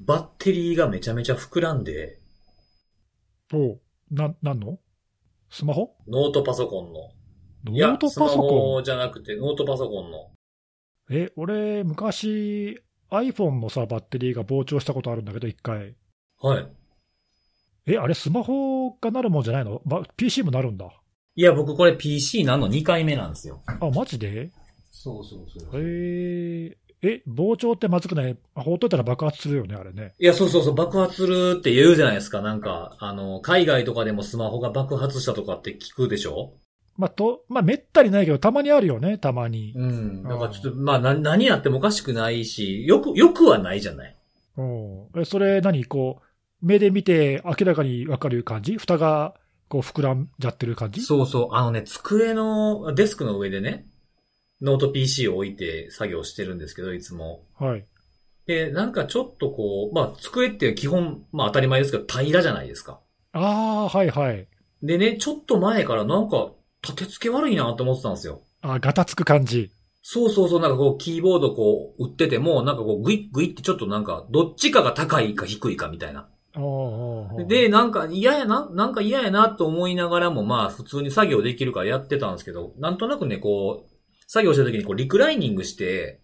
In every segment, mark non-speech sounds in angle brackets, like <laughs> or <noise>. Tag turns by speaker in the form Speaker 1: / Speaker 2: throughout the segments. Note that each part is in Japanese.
Speaker 1: バッテリーがめちゃめちゃ膨らんで、
Speaker 2: おうな、なんのスマホ
Speaker 1: ノートパソコンの。
Speaker 2: ノ
Speaker 1: いや
Speaker 2: ート
Speaker 1: スマ
Speaker 2: パソコン
Speaker 1: ホじゃなくて、ノートパソコンの。
Speaker 2: え、俺、昔、iPhone のさ、バッテリーが膨張したことあるんだけど、一回。
Speaker 1: はい。
Speaker 2: え、あれ、スマホがなるもんじゃないのば ?PC もなるんだ。
Speaker 1: いや、僕これ PC なの2回目なんですよ。
Speaker 2: あ、マジで
Speaker 1: そうそうそ
Speaker 2: え。ー、え、膨張ってまずくない放っといたら爆発するよね、あれね。
Speaker 1: いや、そうそうそう、爆発するって言うじゃないですか。なんか、あの、海外とかでもスマホが爆発したとかって聞くでしょ
Speaker 2: まあ、と、まあ、めったにないけど、たまにあるよね、たまに。
Speaker 1: うん。だからちょっと、まあ、な、何やってもおかしくないし、よく、よくはないじゃない。
Speaker 2: うん。え、それ何、こう、目で見て明らかにわかる感じ蓋が、こう、膨らんじゃってる感じ
Speaker 1: そうそう。あのね、机の、デスクの上でね、ノート PC を置いて作業してるんですけど、いつも。
Speaker 2: はい。
Speaker 1: で、なんかちょっとこう、まあ、机って基本、まあ当たり前ですけど、平らじゃないですか。
Speaker 2: ああ、はいはい。
Speaker 1: でね、ちょっと前からなんか、立て付け悪いなと思ってたんですよ。
Speaker 2: あーガタつく感じ。
Speaker 1: そうそうそう、なんかこう、キーボードこう、打ってても、なんかこう、グイッグイってちょっとなんか、どっちかが高いか低いかみたいな。
Speaker 2: おーおーおー
Speaker 1: で、なんか嫌やな、なんか嫌やなと思いながらも、まあ、普通に作業できるからやってたんですけど、なんとなくね、こう、作業した時にこう、リクライニングして、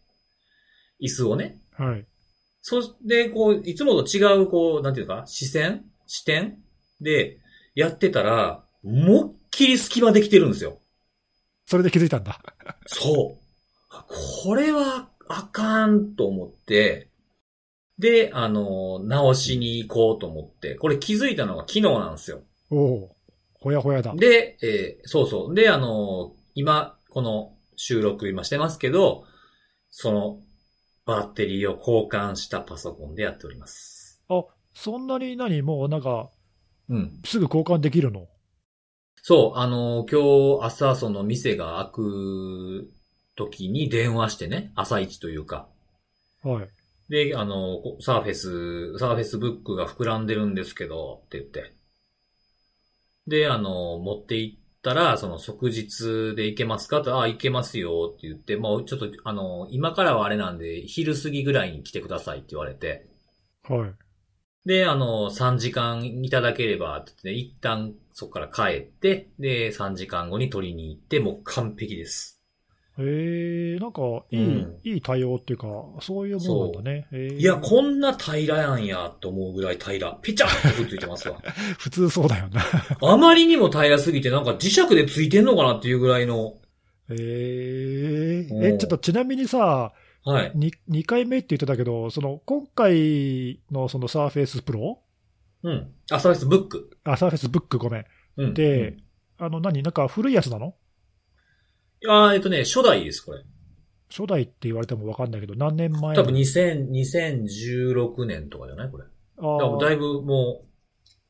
Speaker 1: 椅子をね、
Speaker 2: はい。
Speaker 1: そして、こう、いつもと違う、こう、なんていうか、視線視点で、やってたら、もっきり隙間できてるんですよ。
Speaker 2: それで気づいたんだ。
Speaker 1: そう。これは、あかんと思って、で、あの、直しに行こうと思って、これ気づいたのが昨日なんですよ。
Speaker 2: おおーほやほやだ。
Speaker 1: で、えーそうそう。で、あの、今、この収録今してますけど、その、バッテリーを交換したパソコンでやっております。
Speaker 2: そんなに何もうなんか、
Speaker 1: うん。
Speaker 2: すぐ交換できるの
Speaker 1: そう、あの、今日朝その店が開く時に電話してね、朝一というか。
Speaker 2: はい。
Speaker 1: で、あの、こサーフェス、サーフェスブックが膨らんでるんですけど、って言って。で、あの、持って行ったら、その即日で行けますかと、ああ、行けますよって言って、もうちょっと、あの、今からはあれなんで、昼過ぎぐらいに来てくださいって言われて。
Speaker 2: はい。
Speaker 1: で、あの、3時間いただければ、って言ってね、一旦そこから帰って、で、3時間後に取りに行って、もう完璧です。
Speaker 2: えー、なんか、いい、
Speaker 1: うん
Speaker 2: いい対応っていうか、そういうもんなんだね。えー
Speaker 1: いや、こんな平らやんや、と思うぐらい平ら。ピチャってくっついてます
Speaker 2: <laughs>
Speaker 1: わ。
Speaker 2: 普通そうだよな。
Speaker 1: あまりにも平らすぎて、なんか磁石でついてんのかなっていうぐらいの。
Speaker 2: えー、
Speaker 1: う
Speaker 2: え、
Speaker 1: ん
Speaker 2: ちょっとちなみにさ、
Speaker 1: はい。
Speaker 2: に2回目って言ってたけど、その、今回のそのサーフェイスプロ
Speaker 1: うん。あ、サービスブック。
Speaker 2: あ、サーフェイスブックごめん。
Speaker 1: うん。
Speaker 2: で、あの何、なんか古いやつなの
Speaker 1: うん、あーえっとね、初代です、これ。
Speaker 2: 初代って言われてもわかんないけど、何年前
Speaker 1: 多分2000 2016年とかじゃないこれ。
Speaker 2: あ
Speaker 1: だ
Speaker 2: ー
Speaker 1: だいぶもう、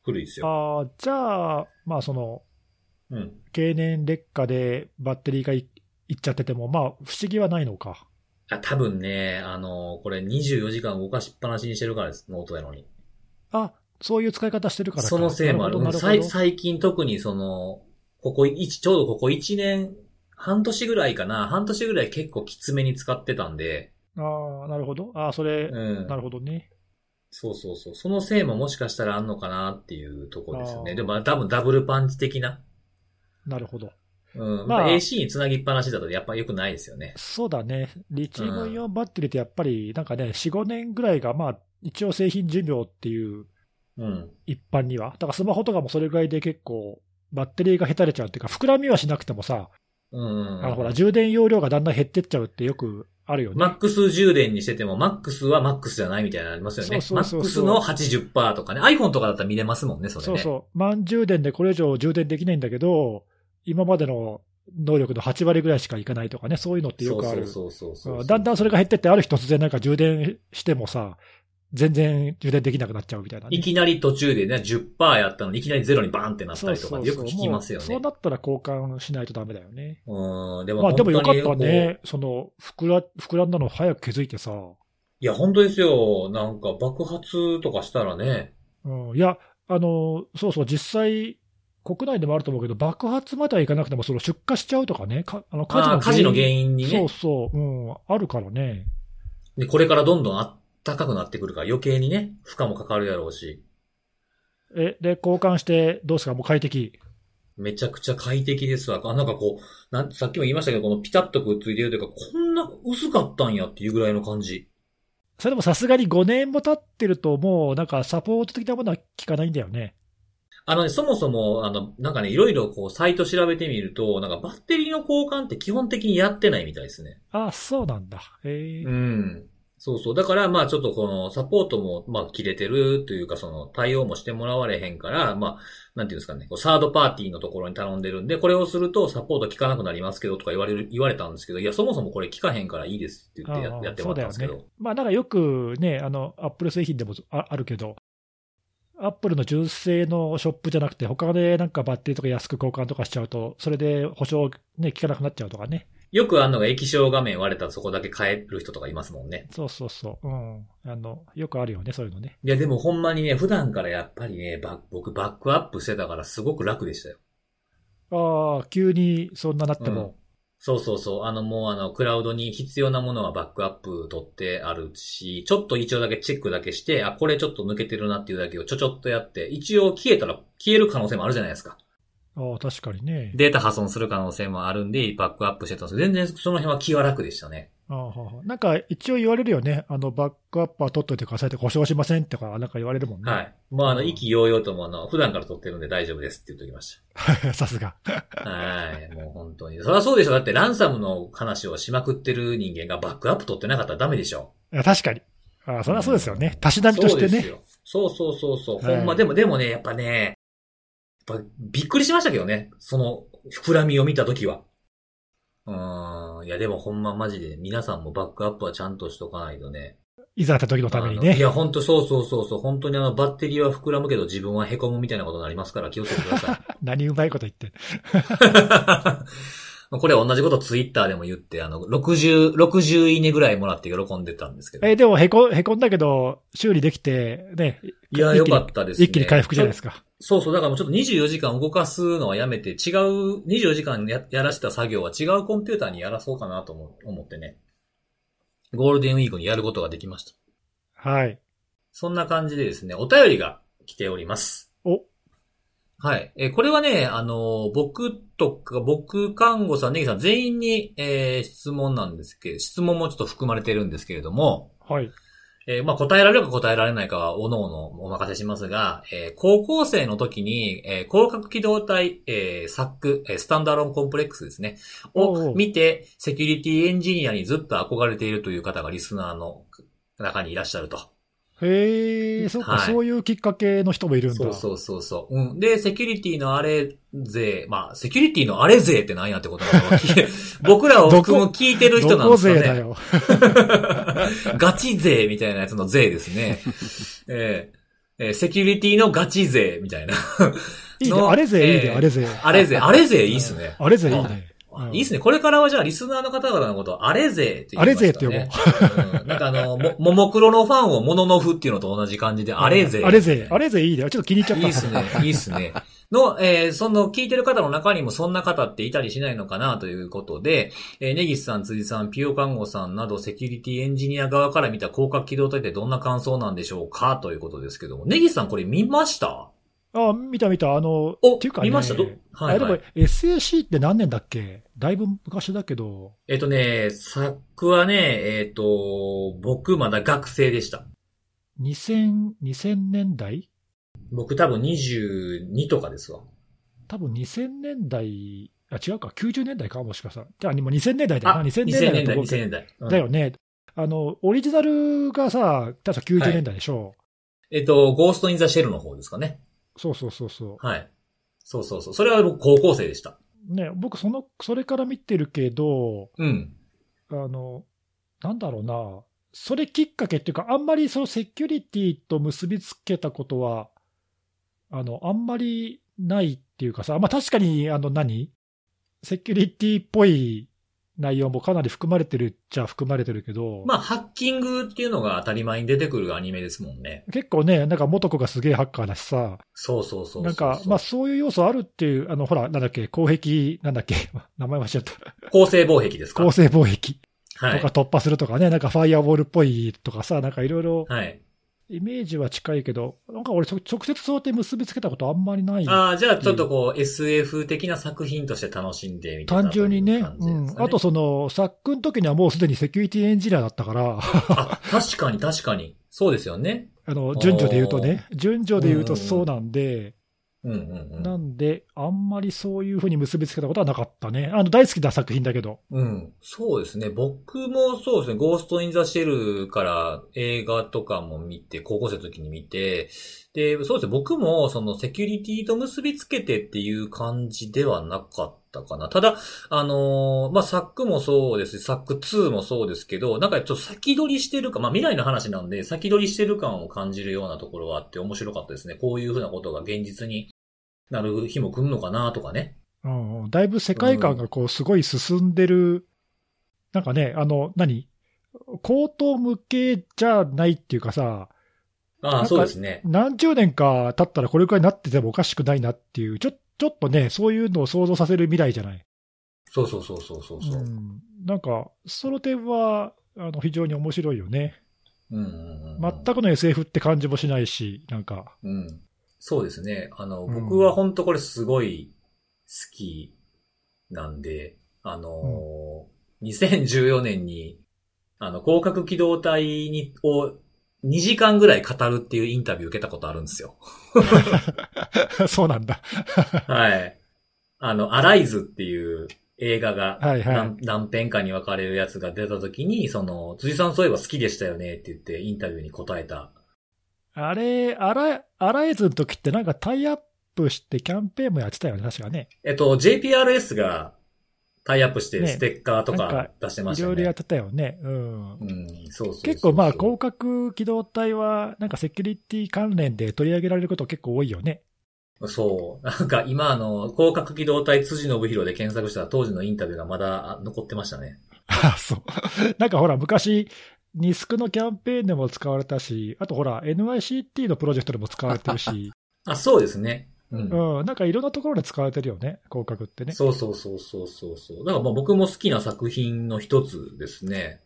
Speaker 1: 古いですよ。
Speaker 2: あーじゃあ、まあその、
Speaker 1: うん。
Speaker 2: 経年劣化でバッテリーがいいっちゃってても、まあ、不思議はないのか。
Speaker 1: あ、多分ね、あのこれ24時間動かしっぱなしにしてるからです、ノートやのに。
Speaker 2: あ、そういう使い方してるからか
Speaker 1: そのせいもある。
Speaker 2: な
Speaker 1: うん
Speaker 2: ほどな
Speaker 1: さ
Speaker 2: る
Speaker 1: い
Speaker 2: ほど
Speaker 1: 最近特にその、ここ一、ちょうどここ一年、半年ぐらいかな、半年ぐらい結構きつめに使ってたんで、
Speaker 2: ああ、なるほど。ああ、それ、
Speaker 1: うん
Speaker 2: な。るほどね。
Speaker 1: そうそうそう。そのせいももしかしたらあんのかなっていうとこですよ
Speaker 2: あ
Speaker 1: ね。
Speaker 2: ー
Speaker 1: でも多分ダブルパンチ的な。
Speaker 2: なるほど。
Speaker 1: うん。
Speaker 2: まあ
Speaker 1: まあ、AC につなぎっぱなしだとやっぱ良くないですよね。
Speaker 2: そうだね。リチウムイオンバッテリーってやっぱり、なんかね、4、5年ぐらいが、まあ、一応製品寿命っていう
Speaker 1: うん。
Speaker 2: 一般には。だからスマホとかもそれぐらいで結構、バッテリーがへたれちゃうっていうか、膨らみはしなくてもさ、
Speaker 1: うん、うん。
Speaker 2: あのほら、充電容量がだんだん減ってっちゃうってよくあるよね。
Speaker 1: マックス充電にしてても、マックスはマックスじゃないみたいなのありますよね。
Speaker 2: そうそうそうそう
Speaker 1: マックスの80%とかね。iPhone とかだったら見れますもんね、それね。
Speaker 2: そうそう。満充電でこれ以上充電できないんだけど、今までの能力の8割ぐらいしかいかないとかね、そういうのってよくある。
Speaker 1: そうそうそうそう
Speaker 2: う
Speaker 1: そうん
Speaker 2: だんだんそれが減ってって、ある日突然なんか充電してもさ、全然充電できなくなっちゃうみたいなね、
Speaker 1: いきなり途中でね、10%やったのにいきなりゼロにバーンってなったりとか、よく聞きますよ
Speaker 2: もうそう
Speaker 1: ね。
Speaker 2: なったら交換しないとダメだよね。
Speaker 1: うん、でも
Speaker 2: まあでもよか
Speaker 1: 本当
Speaker 2: った
Speaker 1: にこう
Speaker 2: ね。その、膨ら、膨らんだの早く気づいてさ。
Speaker 1: いや、本当ですよ。なんか爆発とかしたらね。
Speaker 2: うん、いや、あの、そうそう、実際、国内でもあると思うけど、爆発まではいかなくても、その出火しちゃうとかね、かあの
Speaker 1: あー火事の原因に
Speaker 2: そ
Speaker 1: ね
Speaker 2: うそう、うん、あるからね。
Speaker 1: で。これからどんどんあ暖かくなってくるから余計にね、負荷もかかるやろうし、
Speaker 2: え、で、交換して、どうですかもう快適。
Speaker 1: めちゃくちゃ快適ですわ。あ、なんかこう、なんさっきも言いましたけど、このピタッとくっついてるというか、こんな薄かったんやっていうぐらいの感じ。
Speaker 2: それでもさすがに5年も経ってると、もうなんかサポート的なものは効かないんだよね。
Speaker 1: あのね、そもそも、あの、なんかね、いろいろこう、サイト調べてみると、なんかバッテリーの交換って基本的にやってないみたいですね。
Speaker 2: あ、そうなんだ。え
Speaker 1: う。ん。そうそう。だから、まあちょっとこのサポートも、まあ切れてるというか、その対応もしてもらわれへんから、まあ、なんていうんですかね、こうサードパーティーのところに頼んでるんで、これをするとサポート効かなくなりますけどとか言われる、言われたんですけど、いや、そもそもこれ効かへんからいいですって言ってや
Speaker 2: あー
Speaker 1: やってもらったんですけ
Speaker 2: そうだ
Speaker 1: ど
Speaker 2: よ。ね。まあ、なんかよくね、あの、アップル製品でもああるけど、アップルの純正のショップじゃなくて、他でなんかバッテリーとか安く交換とかしちゃうと、それで保証ね、効かなくなっちゃうとかね。
Speaker 1: よくあんのが液晶画面割れたらそこだけ変える人とかいますもんね。
Speaker 2: そうそうそう。うん。あの、よくあるよね、そういうのね。
Speaker 1: いや、でもほんまにね、普段からやっぱりね、バッ僕バックアップしてたからすごく楽でしたよ。
Speaker 2: ああ、急にそんななっても。
Speaker 1: そうそうそう。あの、もうあの、クラウドに必要なものはバックアップ取ってあるし、ちょっと一応だけチェックだけして、あ、これちょっと抜けてるなっていうだけをちょちょっとやって、一応消えたら消える可能性もあるじゃないですか。
Speaker 2: ああ、確かにね。
Speaker 1: データ破損する可能性もあるんで、バックアップしてたんですけど、全然その辺は気は楽でしたね。
Speaker 2: ああはあはあなんか一応言われるよね。あの、バックアップは取っといてくださいって保証しませんとか、なんか言われるもんね。
Speaker 1: はい。まあ、あの、
Speaker 2: うん
Speaker 1: 意気揚々ともあの、普段から取ってるんで大丈夫ですって言っときまし
Speaker 2: <laughs> さすが。
Speaker 1: た。はい。もう本当に。そりゃそうでしょ。だってランサムの話をしまくってる人間がバックアップ取ってなかったらダメでしょ。
Speaker 2: いや確かに。ああ、それはそうですよね。たしなみとし
Speaker 1: そう
Speaker 2: て
Speaker 1: で
Speaker 2: ね
Speaker 1: す。よ。そうそうそうそう。
Speaker 2: はい
Speaker 1: ほんま、でも、でもね、やっぱね、やっぱびっくりしましたけどね。その、膨らみを見たときは。うーん。いや、でもほんまマジで、皆さんもバックアップはちゃんとしとかないとね。
Speaker 2: いざあった時のため
Speaker 1: あ
Speaker 2: に
Speaker 1: のい
Speaker 2: ね。
Speaker 1: や、ほんとそうそうそうそう。本当にあの、バッテリーは膨らむけど、自分は凹むみたいなことになりますから、気をつけてくださ
Speaker 2: 何うまいこと言って。
Speaker 1: <laughs> い。これ同じことツイッターでも言って、あの、60、60いいねぐらいもらって喜んでたんですけど。
Speaker 2: え、でもへこ、へこんだけど、修理できて、ね、
Speaker 1: いや、
Speaker 2: 一
Speaker 1: よ
Speaker 2: 気に
Speaker 1: かったですね。
Speaker 2: 一気に回復じゃないですか。
Speaker 1: そうそう、だからもうちょっと24時間動かすのはやめて、違う、24時間ややらした作業は違うコンピューターにやらそうかなと思思ってね。ゴールデンウィークにやることができました。
Speaker 2: はい。
Speaker 1: そんな感じでですね、お便りが来ております。
Speaker 2: お
Speaker 1: はい。えーこれはね、あのー僕とか、僕、看護さん、ネギさん、全員に、えー質問なんですけど、質問もちょっと含まれてるんですけれども、
Speaker 2: はい。
Speaker 1: えーまあ、答えられるか答えられないかは、おのおのお任せしますが、えー高校生の時に、えー広角機動隊、えーサック、えースタンダーロンコンプレックスですね、
Speaker 2: おうお
Speaker 1: を
Speaker 2: う
Speaker 1: 見て、セキュリティエンジニアにずっと憧れているという方がリスナーの中にいらっしゃると。
Speaker 2: へえ、そっか、
Speaker 1: はい
Speaker 2: そういうきっかけの人もいるんだ。
Speaker 1: そうそうそうそう。うん。で、セキュリティのあれ勢、まあ、セキュリティのあれ勢って何やってことなのか <laughs> 聞い僕らを含む聞いてる人なんで
Speaker 2: どこ
Speaker 1: すよ
Speaker 2: 勢
Speaker 1: ね。
Speaker 2: だよ。
Speaker 1: ガチ勢みたいなやつの勢です <laughs> ね。えーえーセキュリティのガチ勢みたいな。
Speaker 2: いいね。
Speaker 1: の
Speaker 2: あれ勢いいね、
Speaker 1: えー
Speaker 2: あれ勢。
Speaker 1: あれ勢、あれ勢いいっすね。
Speaker 2: あれ勢いいね。うん
Speaker 1: いいっすね。これからはじゃあリスナーの方々のことをあれ勢って言いますか、ね。うんなんかあの、も、ももクロのファンをモノノフっていうのと同じ感じで、あれ勢。
Speaker 2: あれ勢。あれ勢いいね。ちょっと気に入っちゃっ
Speaker 1: い
Speaker 2: た。
Speaker 1: いっすね。いいっすね。の、えーその聞いてる方の中にもそんな方っていたりしないのかなということで、えー、ネギスさん、辻さん、ピオカンゴさんなどセキュリティエンジニア側から見た広角機動隊ってどんな感想なんでしょうかということですけども、ネギスさんこれ見ました
Speaker 2: あ、見た見た。あの、
Speaker 1: お
Speaker 2: っていうかね
Speaker 1: 見ましたど、はい、
Speaker 2: あ
Speaker 1: は
Speaker 2: れ
Speaker 1: い
Speaker 2: で。も SAC って何年だっけだいぶ昔だけど。
Speaker 1: えっ、とね、作はね、えっ、と、僕まだ学生でした。
Speaker 2: 2000、2000年代
Speaker 1: 僕多分22とかですわ。
Speaker 2: 多分2000年代、あ、違うか、90年代か、もしかしたら。じゃあ、もう2000年代だよ
Speaker 1: あ、
Speaker 2: な、
Speaker 1: 2000
Speaker 2: 2000年
Speaker 1: 年
Speaker 2: 代だ
Speaker 1: 代、
Speaker 2: と思う
Speaker 1: 2000
Speaker 2: け
Speaker 1: 年代。う
Speaker 2: ど。
Speaker 1: ん
Speaker 2: だよね。あの、オリジナルがさ、確か90年代でしょ。
Speaker 1: えっ、と、ゴースト・イン・ザ・シェルの方ですかね。
Speaker 2: そうそうそうそ
Speaker 1: はい。そうそうそう。それは僕高校生でした。
Speaker 2: う。ね、僕、その、それから見てるけど、
Speaker 1: うん。
Speaker 2: あの、なんだろうな、それきっかけっていうか、あんまりそのセキュリティと結びつけたことは、あの、あんまりないっていうかさ、まあ確かに、あの何、セキュリティっぽい内容もかなり含まれてるっちゃ含まれてるけど、
Speaker 1: まあ、ハッキングっていうのが当たり前に出てくるアニメですもんね。
Speaker 2: 結構ね、なんか元子がすげえハッカーだしさ、
Speaker 1: そうそうそうそうそう。
Speaker 2: なんか、まあそういう要素あるっていう、あ <laughs> の、ほら、なんだっけ、公壁、なんだっけ、名前忘れちゃった、
Speaker 1: 構成防壁ですか
Speaker 2: 公正貿易。
Speaker 1: は
Speaker 2: と
Speaker 1: い
Speaker 2: か。突破するとかね、なんかファイアウォールっぽいとかさ、なんかいろいろ
Speaker 1: はい。
Speaker 2: イメージは近いけど、なんか俺ちょ、直接そうやって結びつけたことあんまりない。
Speaker 1: ああ、じゃあちょっとこう、SF 的な作品として楽しんでみたいな。
Speaker 2: 単純にね、
Speaker 1: 感じ
Speaker 2: う
Speaker 1: ですか
Speaker 2: ん、あと、その、サックの時にはもうすでにセキュリティエンジニアだったから、 <laughs>
Speaker 1: あ、確かに確かに。そうですよね。
Speaker 2: あの順序で言うとね、順序で言うとそうなんで、
Speaker 1: うんうんう。
Speaker 2: なんんで、あんまりそういうふうに結びつけたことはなかったね、あの大好きな作品だけど、
Speaker 1: うん。そうですね。僕もそうですね。ゴースト・イン・ザ・シェルから映画とかも見て、高校生の時に見て、で、そうですね。僕もそのセキュリティと結びつけてっていう感じではなかったかな。ただ、あのーまあ、サックもそうですし、サック2もそうですけど、なんかちょっと先取りしてるか、まあ、未来の話なんで、先取りしてる感を感じるようなところはあって面白かったですね。こういうふうなことが現実になる日も来るのかなとかね。
Speaker 2: うんうん、だいぶ世界観がこうすごい進んでる、なんかね、あの、何高等無形じゃないっていうかさ、
Speaker 1: あ
Speaker 2: なん
Speaker 1: あ、
Speaker 2: か
Speaker 1: そうですね。
Speaker 2: 何十年か経ったらこれくらいになっててもおかしくないなっていう、ちょちょっとね、そういうのを想像させる未来じゃない。
Speaker 1: そうそうそうそうそうそう。
Speaker 2: ん、なんか、その点はあの非常に面白いよね。
Speaker 1: うんうんうん、
Speaker 2: 全くの SF って感じもしないし、なんか、 <laughs>
Speaker 1: うん。そうですね。あの、
Speaker 2: うん
Speaker 1: 僕は本当これすごい好きなんで、あのー2014年に、あの、広角機動隊に、を2時間ぐらい語るっていうインタビュー受けたことあるんです
Speaker 2: <laughs>
Speaker 1: よ。
Speaker 2: そうなんだ。
Speaker 1: はい。あの、アライズっていう映画が
Speaker 2: はいはい。
Speaker 1: 何何編かに分かれるやつが出た時に、その、辻さんそういえば好きでしたよねって言ってインタビューに答えた。
Speaker 2: あれ、アラアライズの時ってなんかタイアップしてキャンペーンもやってたよね、確かね。
Speaker 1: えっと、JPRS がタイアップして
Speaker 2: ね
Speaker 1: ステッカーと
Speaker 2: なん
Speaker 1: か
Speaker 2: か
Speaker 1: 出してまし
Speaker 2: い
Speaker 1: たよ
Speaker 2: ろいろや
Speaker 1: ね
Speaker 2: っ。てたよね。うん。
Speaker 1: うん、そうそうそう
Speaker 2: 結構まあ、広角機動隊は、なんかセキュリティ関連で取り上げられること結構多いよね。
Speaker 1: そう。なんか今あの、広角機動隊辻信弘で検索したら当時のインタビューがまだあ残ってましたね。
Speaker 2: あそう。 <laughs> なんかほら、昔、ニスクのキャンペーンでも使われたし、あとほら、NICT のプロジェクトでも使われてる
Speaker 3: <laughs>
Speaker 2: し、
Speaker 1: あ、そうですね。うん。
Speaker 2: うん、なんかいろんなところで使われてるよね、広角ってね。
Speaker 1: そうそうそうそうそうそう。だからまあ僕も好きな作品の一つですね。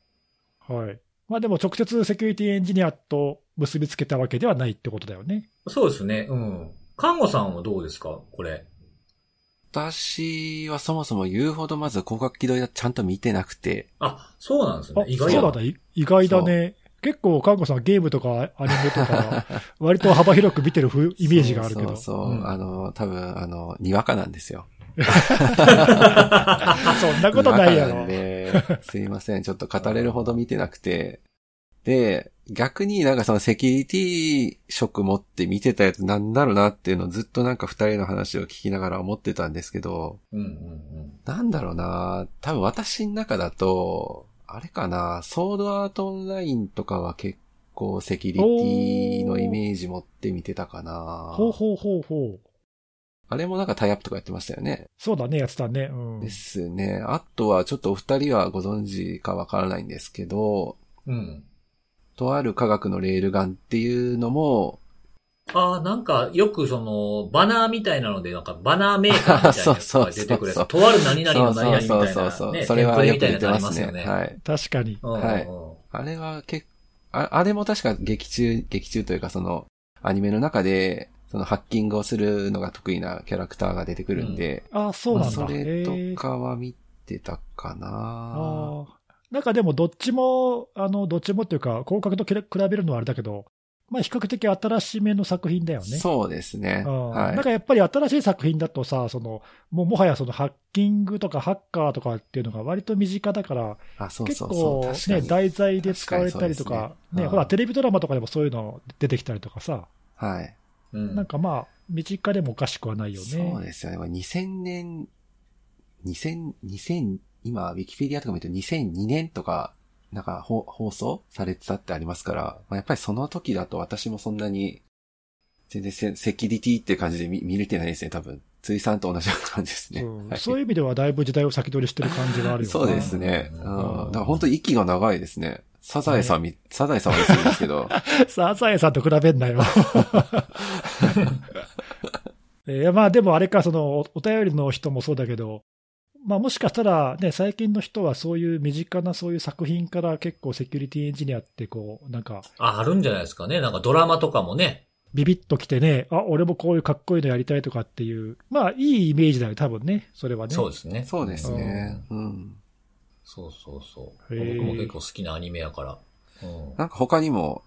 Speaker 2: はい。まあでも直接セキュリティエンジニアと結びつけたわけではないってことだよね。
Speaker 1: そうですね。うん。看護さんはどうですかこれ。
Speaker 3: 私はそもそも言うほどまず広角機動隊ちゃんと見てなくて、
Speaker 1: あ、そうなんです
Speaker 2: あ
Speaker 1: ね。、意外
Speaker 2: そう
Speaker 1: や
Speaker 2: だ
Speaker 1: な
Speaker 2: ね。い意外だね。結構、韓国さんゲームとかアニメと
Speaker 3: <laughs>
Speaker 2: か、割と幅広く見てるふイメージがあるけど。
Speaker 3: そう
Speaker 2: そ
Speaker 3: そうそう、
Speaker 1: うん
Speaker 3: あの、多分、あの、にわかなんですよ。
Speaker 2: んなことないや
Speaker 3: にわかん
Speaker 2: ろ。 <laughs>
Speaker 3: ですいません。ちょっと語れるほど見てなくて。で、逆になんかそのセキュリティ色持って見てたやつなんだろうなっていうのをずっとなんか二人の話を聞きながら思ってたんですけど、
Speaker 1: <laughs> うんうん
Speaker 3: なんだろうな多分私の中だと、あれかなソードアートオンラインとかは結構セキュリティのイメージ持って見てたかな
Speaker 2: ほうほうほうほう。
Speaker 3: あれもなんかタイアップとかやってましたよね。
Speaker 2: そうだね、やってたね。うん。
Speaker 3: ですね。あとはちょっとお二人はご存知かわからないんですけど、
Speaker 1: うん。うん。
Speaker 3: とある科学のレールガンっていうのも、
Speaker 1: ああ、なんか、よくその、バナーみたいなので、なんか、バナーメーカーみたいなやつが出てくるや
Speaker 3: <laughs> そうそうそうそう
Speaker 1: つ。とある何々
Speaker 3: そ
Speaker 1: の
Speaker 3: う
Speaker 1: 何々みた
Speaker 3: そう
Speaker 1: い
Speaker 3: そう
Speaker 1: な、
Speaker 3: そう。
Speaker 1: ね、
Speaker 3: それは
Speaker 1: テ
Speaker 3: よ
Speaker 1: ン
Speaker 3: く
Speaker 1: プレ
Speaker 3: 出
Speaker 1: みた
Speaker 3: て
Speaker 1: いなやつあ
Speaker 3: ま
Speaker 1: ります
Speaker 3: す
Speaker 1: よ
Speaker 3: ね。
Speaker 1: ね。
Speaker 3: はい。
Speaker 2: 確かに。
Speaker 1: うんうんうん
Speaker 3: はいあれは結ああれも確か劇中、劇中というかその、アニメの中で、そのハッキングをするのが得意なキャラクターが出てくるんで、
Speaker 2: あ、そうなんだ。
Speaker 3: そ
Speaker 2: へ
Speaker 3: れ
Speaker 2: ー
Speaker 3: とかは見てたかな、
Speaker 2: ああ。なんかでもどっちも、あの、どっちもっていうか、広角と比べるのはあれだけど、まあ比較的新しめの作品だよね。
Speaker 3: そうですね。
Speaker 2: うん
Speaker 3: はい
Speaker 2: なん。かやっぱり新しい作品だとさ、そのもうもはやそのハッキングとかハッカーとかっていうのが割と身近だから、
Speaker 3: あ、そう
Speaker 2: 結
Speaker 3: そう
Speaker 2: 構
Speaker 3: そう。
Speaker 2: ね、
Speaker 3: 確かに。
Speaker 2: 題材で使われたりと
Speaker 3: 確かに
Speaker 2: か
Speaker 3: そ、
Speaker 1: すね
Speaker 2: ね
Speaker 1: うん
Speaker 2: ほら、テレビドラマとかでもそういうの出てきたりとかさ、
Speaker 3: はい。
Speaker 1: うん
Speaker 2: なんかまあ、身近でもおかしくはないよね。
Speaker 3: そうですよね。これ2000年、2000、2000、今、ウィキペディアとか見ると2002年とか、なんか放放送されてたってありますから、まあ、やっぱりその時だと私もそんなに、全然セセキュリティっていう感じで見見れてないですね、多分。ついさんと同じような感じですね。
Speaker 2: うん
Speaker 3: はい
Speaker 2: そういう意味ではだいぶ時代を先取りしてる感じがあるよね。
Speaker 3: そうですね。う。
Speaker 1: うんん
Speaker 3: だから本当に息が長いですね。サザエさんみ、サザエさんはするんです
Speaker 2: <laughs>
Speaker 3: けど。
Speaker 2: サザエさんと比べんなよ。いや、まあでもあれか、その、おお便りの人もそうだけど、まあ、もしかしたら、ね、最近の人はそういう身近なそういう作品から結構セキュリティエンジニアってこう、なんか
Speaker 1: あ、あるんじゃないですかね。なんかドラマとかもね。
Speaker 2: ビビッときてね、あ、俺もこういうかっこいいのやりたいとかっていう、まあいいイメージだよ、多分ね、それはね。
Speaker 1: そうですね。
Speaker 3: そうですね。うん。
Speaker 1: そうそうそう。
Speaker 2: へー
Speaker 1: 僕も結構好きなアニメやから。うん
Speaker 3: なんか他にも、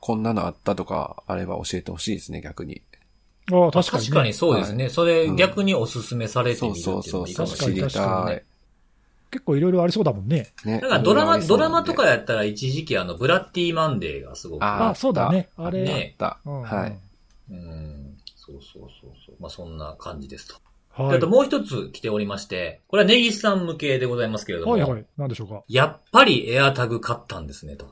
Speaker 3: こんなのあったとか、あれば教えてほしいですね、逆に。
Speaker 2: ああ確かに、ね。
Speaker 1: 確かにそうですね。それ逆におすすめされて
Speaker 3: そ
Speaker 1: み
Speaker 3: う
Speaker 1: るっていう
Speaker 3: そう
Speaker 1: の
Speaker 3: そ
Speaker 1: も
Speaker 3: う
Speaker 1: いい
Speaker 3: そ
Speaker 1: か
Speaker 3: う、
Speaker 1: もし
Speaker 3: 知
Speaker 1: れない
Speaker 3: り
Speaker 1: ですよ
Speaker 3: た
Speaker 1: ね
Speaker 3: い。。
Speaker 2: 結構いろいろありそうだもんね。
Speaker 3: ね。
Speaker 1: なんかドラマ、
Speaker 3: いろいろありそ
Speaker 1: ド
Speaker 3: うな
Speaker 1: ラ
Speaker 3: ん
Speaker 1: マ
Speaker 3: で
Speaker 1: とかやったら一時期あの、ブラッティマンデーがすごく。
Speaker 3: あ
Speaker 2: あそうだね。
Speaker 3: あ
Speaker 2: あれ。
Speaker 1: ね
Speaker 3: あった。
Speaker 2: うん
Speaker 3: はい。。
Speaker 1: うん。そうそうそうそう。まあ、そんな感じですと。
Speaker 2: は
Speaker 1: あ
Speaker 2: い
Speaker 1: と。もう一つ来ておりまして、これはネギスさん向けでございますけれども、
Speaker 2: はいはい。なんでしょうか。 <laughs>
Speaker 1: やっぱりエアタグ買ったんですねと。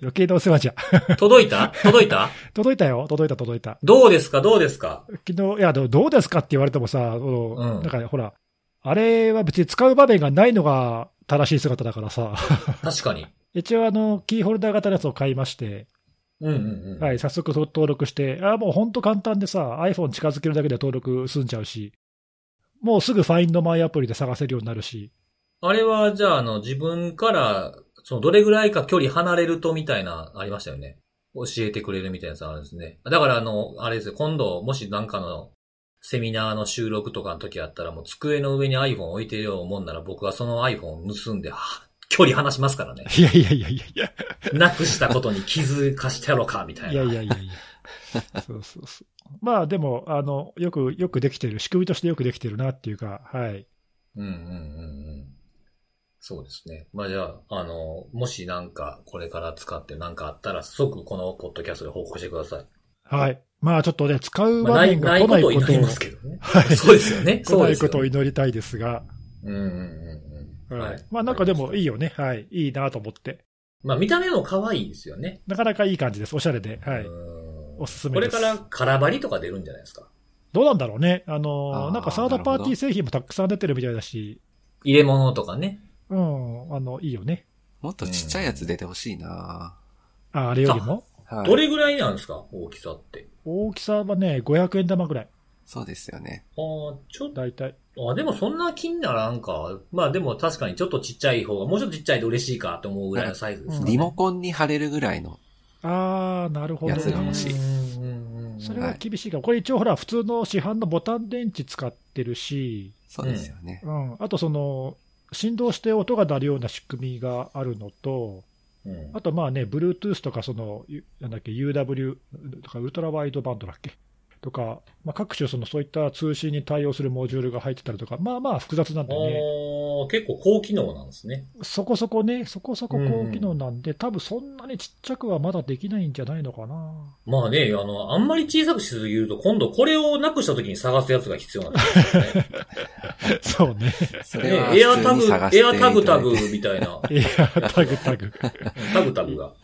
Speaker 2: 余計なお世話じゃ。 <laughs>
Speaker 1: 届いた届いた
Speaker 2: 届いたよ。届いた届いた。
Speaker 1: どうですかどうですか
Speaker 2: 昨日、いや、どうどうですかって言われてもさ、その
Speaker 1: うん
Speaker 2: なんかほら、あれは別に使う場面がないのが正しい姿だからさ。 <laughs>
Speaker 1: 確かに。
Speaker 2: 一応あの、キーホルダー型のやつを買いまして、
Speaker 1: うんうんうん。
Speaker 2: はい、早速と登録して、あもう本当簡単でさ、iPhone 近づけるだけで登録済んじゃうし、もうすぐ Find My アプリで探せるようになるし、 <laughs>
Speaker 1: あれは、じゃあ、あの、自分から、その、どれぐらいか距離離れるとみたいな、ありましたよね。教えてくれるみたいなやつあるんですね。だから、あの、あれですよ、今度、もしなんかの、セミナーの収録とかの時あったら、もう机の上に iPhone 置いてるようなもんなら、僕はその iPhone 盗んで、は距離離しますからね。
Speaker 2: いやいやいやいやいや、
Speaker 1: なくしたことに気づかしてやろうか、みたいな。
Speaker 2: いやい
Speaker 1: <laughs>
Speaker 2: やいやいや、そうそうそう。まあでも、あの、よく、よくできてる、仕組みとしてよくできてるなっていうか、はい。
Speaker 1: うんうんうんうん。そうですね。まあじゃあ、あの、もしなんか、これから使ってなんかあったら、即このポッドキャストで報告してください。
Speaker 2: はい。まあちょっとね、使う
Speaker 1: まあ、
Speaker 2: 場
Speaker 1: な
Speaker 2: 面
Speaker 1: い、
Speaker 2: が
Speaker 1: ない
Speaker 2: 来
Speaker 1: こ
Speaker 2: ない
Speaker 1: とを
Speaker 2: こ
Speaker 1: 祈
Speaker 2: と
Speaker 1: り
Speaker 2: を、
Speaker 1: ますけどね。
Speaker 2: はい
Speaker 1: そうですよね。
Speaker 2: <laughs> 来
Speaker 1: そう
Speaker 2: な
Speaker 1: で
Speaker 2: い
Speaker 1: す
Speaker 2: こ
Speaker 1: よ
Speaker 2: とを
Speaker 1: ね。
Speaker 2: 祈りたいですが、
Speaker 1: うんうんうんうん。
Speaker 2: はいまあなんかでもいい。よね、はい。いいなと思って。
Speaker 1: まあ見た目も可愛いですよね。。
Speaker 2: なかなかいい感じです。おしゃれで。はいう
Speaker 1: ん
Speaker 2: おすすめ
Speaker 1: こ
Speaker 2: で
Speaker 1: れ
Speaker 2: す。
Speaker 1: からカラバリとか出るんじゃないですか。
Speaker 2: どうなんだろうね。あ
Speaker 3: あ
Speaker 2: の、
Speaker 3: ー
Speaker 2: なんかサードパーティー製品もたくさん出てるみたいだし、
Speaker 1: 入れ物とかね。
Speaker 2: うん、あの、いいよね。
Speaker 3: もっとちっちゃいやつ出てほしいな
Speaker 2: ああれよりも。
Speaker 3: はい。
Speaker 1: どれぐらいなんですか大きさって。
Speaker 2: 大きさはね、500円玉ぐらい。
Speaker 3: そうですよね。
Speaker 1: ああ、ちょっと
Speaker 2: 大体。
Speaker 1: あ、でもそんな気にならんか。まあでも確かにちょっとちっちゃい方が、もうちょっとちっちゃいと嬉しいかと思うぐらいのサイズですかね。
Speaker 3: リモコンに貼れるぐらいの。
Speaker 2: あー、なるほど、
Speaker 3: やつが欲しい
Speaker 1: うんうんうん
Speaker 2: それは厳しいかも。これ一応ほら、普通の市販のボタン電池使ってるし、
Speaker 3: そうですよね。
Speaker 2: うん、あとその、振動して音が鳴るような仕組みがあるのと、
Speaker 1: うん
Speaker 2: あとまあね、Bluetooth とか、その、ゆなんだっけ、UW とか、ウルトラワイドバンドだっけとか、まあ、各種その、そういった通信に対応するモジュールが入ってたりとか、まあまあ複雑なんでね、
Speaker 1: おー結構高機能なんですね。
Speaker 2: そこそこね、そこそこ
Speaker 1: うんう
Speaker 2: 高
Speaker 1: ん
Speaker 2: 機能なんで、多分そんなにちっちゃくはまだできないんじゃないのかな。
Speaker 1: まあね、あの、あんまり小さくしすぎると、今度これをなくした時に探すやつが必要なんですよね。
Speaker 2: <laughs> そうね。
Speaker 3: そ <laughs> れは
Speaker 1: ねエアタ
Speaker 3: 普通に
Speaker 1: グ、
Speaker 3: 探してい
Speaker 1: エ
Speaker 3: た
Speaker 1: ア
Speaker 3: だいて。
Speaker 1: タグタグみたいな、
Speaker 2: <laughs>
Speaker 1: <laughs>
Speaker 2: いや、タグタグ。
Speaker 1: タグタグが、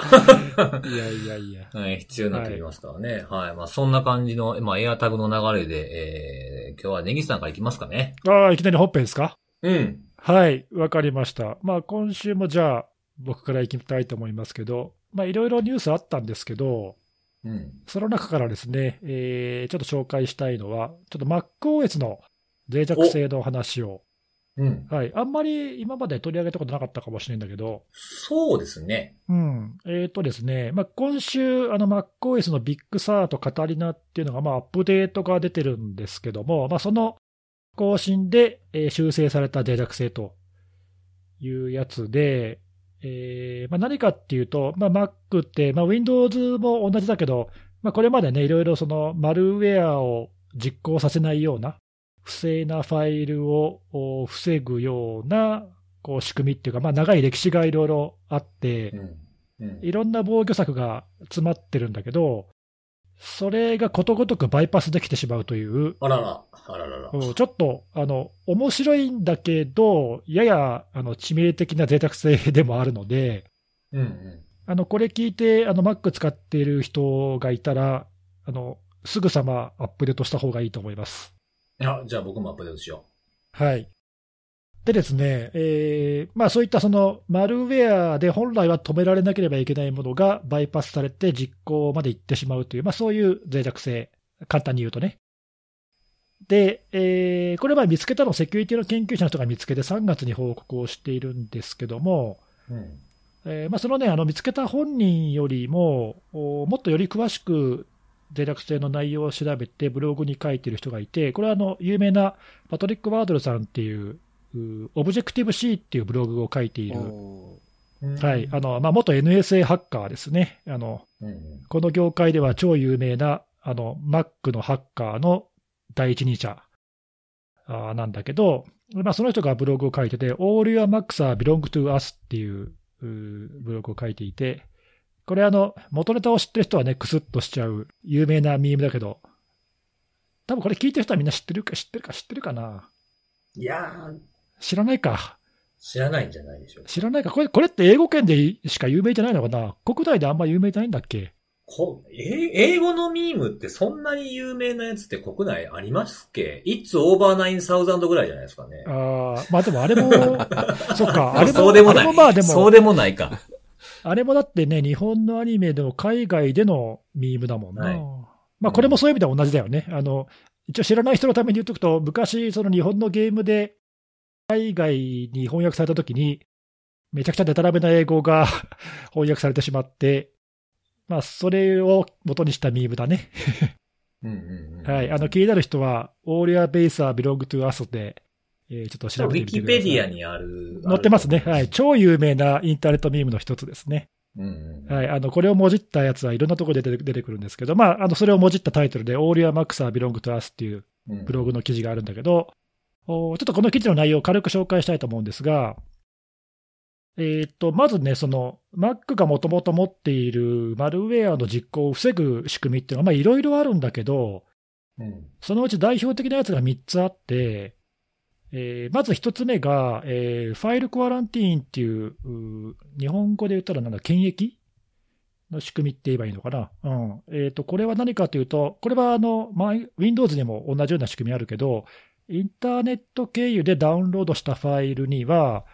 Speaker 2: <laughs> いやいやいや。
Speaker 1: はい必要になってきますからね。はい。まあそんな感じの、まあエアタグの流れで、えー、今日はネギさんからいきますかね。
Speaker 2: ああ、いきなり本編ですか
Speaker 1: うん。
Speaker 2: はい、わかりました。まあ、今週もじゃあ、僕からいきたいと思いますけど、まあ、いろいろニュースあったんですけど、
Speaker 1: うん。
Speaker 2: その中からですね、えーちょっと紹介したいのは、ちょっと MacOS の脆弱性の話を、
Speaker 1: うん。
Speaker 2: はい、あんまり今まで取り上げたことなかったかもしれないんだけど、
Speaker 1: そうですね。
Speaker 2: うん、えっ、とですね、まあ、今週、あの MacOS のビッグサーとカタリナっていうのが、まあ、アップデートが出てるんですけども、まあ、その更新で、えー修正された脆弱性というやつで、えーまあ、何かっていうと、まあ、Mac って、まあ、Windows も同じだけど、まあ、これまでね、いろいろそのマルウェアを実行させないような、不正なファイルをお防ぐようなこう仕組みっていうか、まあ、長い歴史がいろいろあって、
Speaker 1: うん。うん
Speaker 2: いろんな防御策が詰まってるんだけど、それがことごとくバイパスできてしまうという、
Speaker 1: あらら、あららら。
Speaker 2: うんちょっとあの面白いんだけど、ややあの致命的な脆弱性でもあるので、
Speaker 1: うんうん。
Speaker 2: あのこれ聞いて、あの Mac 使っている人がいたらあの、すぐさまアップデートした方がいいと思います。
Speaker 1: あ、じゃあ僕もアップデートしよ
Speaker 2: はい。でですね、えーまあ、そういったそのマルウェアで本来は止められなければいけないものがバイパスされて実行まで行ってしまうという、まあ、そういう脆弱性、簡単に言うとね。で、えーこれは見つけたのをセキュリティの研究者の人が見つけて、3月に報告をしているんですけども、
Speaker 1: うん。
Speaker 2: えーまあ、そのね、あの見つけた本人よりも、おもっとより詳しく脆弱性の内容を調べて、ブログに書いてる人がいて、これはあの有名なパトリック・ワードルさんっていう、うオブジェクティブ C っていうブログを書いている、
Speaker 3: お
Speaker 2: はいあのまあ、元 NSA ハッカーですね、あの
Speaker 1: うんうん。
Speaker 2: この業界では超有名な、あの、Mac のハッカーの第一人者あーなんだけど、まあ、その人がブログを書いてて、All your Macs are belong to us っていううーブログを書いていて、これあの、元ネタを知ってる人はね、クスッとしちゃう有名なミームだけど、多分これ聞いてる人はみんな知ってるか、知ってるか、知ってるかな。
Speaker 1: いやー、
Speaker 2: 知らないか。
Speaker 1: 知らないんじゃないでしょうか。
Speaker 2: 知らないか。これ、これって英語圏でしか有名じゃないのかな国内であんま有名じゃないんだっけ
Speaker 1: こえ英語のミームってそんなに有名なやつって国内ありますっけ ?It's over 9000ぐらいじゃないですかね。
Speaker 2: ああ、まあでもあれ
Speaker 1: <laughs>
Speaker 2: も、そっか、あれも、
Speaker 1: そうでもな
Speaker 2: あ
Speaker 1: い
Speaker 2: れもまあで
Speaker 1: そう
Speaker 2: も、
Speaker 1: でもないか。
Speaker 2: あれもだってね、日本のアニメでも海外でのミームだもんな。
Speaker 1: はい
Speaker 2: まあこれもそういう意味では同じだよね。あの、一応知らない人のために言っとくと、昔その日本のゲームで海外に翻訳された時に、めちゃくちゃデタラメな英語が <laughs> 翻訳されてしまって、まあそれを元にしたミームだね。
Speaker 1: うんうんうん。
Speaker 2: はい。あの、気になる人は、All your base are belong to us で、えーちょっと調
Speaker 1: ウィ
Speaker 2: べてみて
Speaker 1: キ
Speaker 2: ください。
Speaker 1: ペディアにある。
Speaker 2: 載ってますね、
Speaker 1: ある
Speaker 2: はい、超有名なインターネットミームの一つですね、
Speaker 1: うんうんうん。
Speaker 2: はい、あのこれをもじったやつはいろんなところで出て出てくるんですけど、まあ、あのそれをもじったタイトルで、All Your Max are Belong to Us っていう
Speaker 1: うん
Speaker 2: ブログの記事があるんだけど、おちょっとこの記事の内容を軽く紹介したいと思うんですが、えーっとまずね、その Mac がもともと持っているマルウェアの実行を防ぐ仕組みっていうのは、まあいろいろあるんだけど、
Speaker 1: うん。
Speaker 2: そのうち代表的なやつが3つあって、えーまず1つ目が、えーファイルコアランティーンっていう、うー日本語で言ったらなんだ、検疫の仕組みって言えばいいのかな。うん。えっ、と、これは何かというと、これはあの、まあ Windows にも同じような仕組みあるけど、インターネット経由でダウンロードしたファイルには、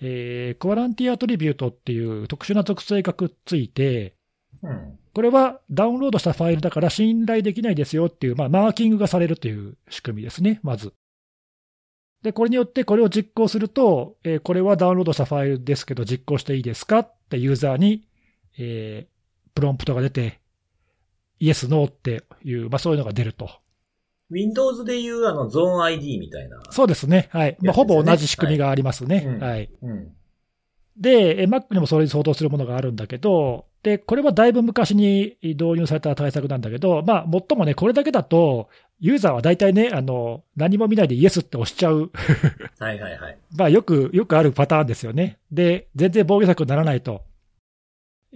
Speaker 2: えーコアランティーアトリビュートっていう特殊な属性がくっついて、
Speaker 1: うん。
Speaker 2: これはダウンロードしたファイルだから信頼できないですよっていう、まあ、マーキングがされるという仕組みですね、まず。で、これによってこれを実行すると、えーこれはダウンロードしたファイルですけど実行していいですかってユーザーに、えープロンプトが出て、イエス、ノーっていう、まあそういうのが出ると。
Speaker 1: Windows でいうあのゾーン ID みたいな。
Speaker 2: そうですね。はい。まあ、ほぼ同じ仕組みがありますね。
Speaker 1: いうん
Speaker 2: はい。
Speaker 1: うん。
Speaker 2: で、えー Mac にもそれに相当するものがあるんだけど、で、これはだいぶ昔に導入された対策なんだけど、まあ、もっともね、これだけだと、ユーザーは大体ね、あの、何も見ないでイエスって押しちゃう、
Speaker 1: はいはいはい。
Speaker 2: まあ、よく、よくあるパターンですよね。で、全然防御策にならないと。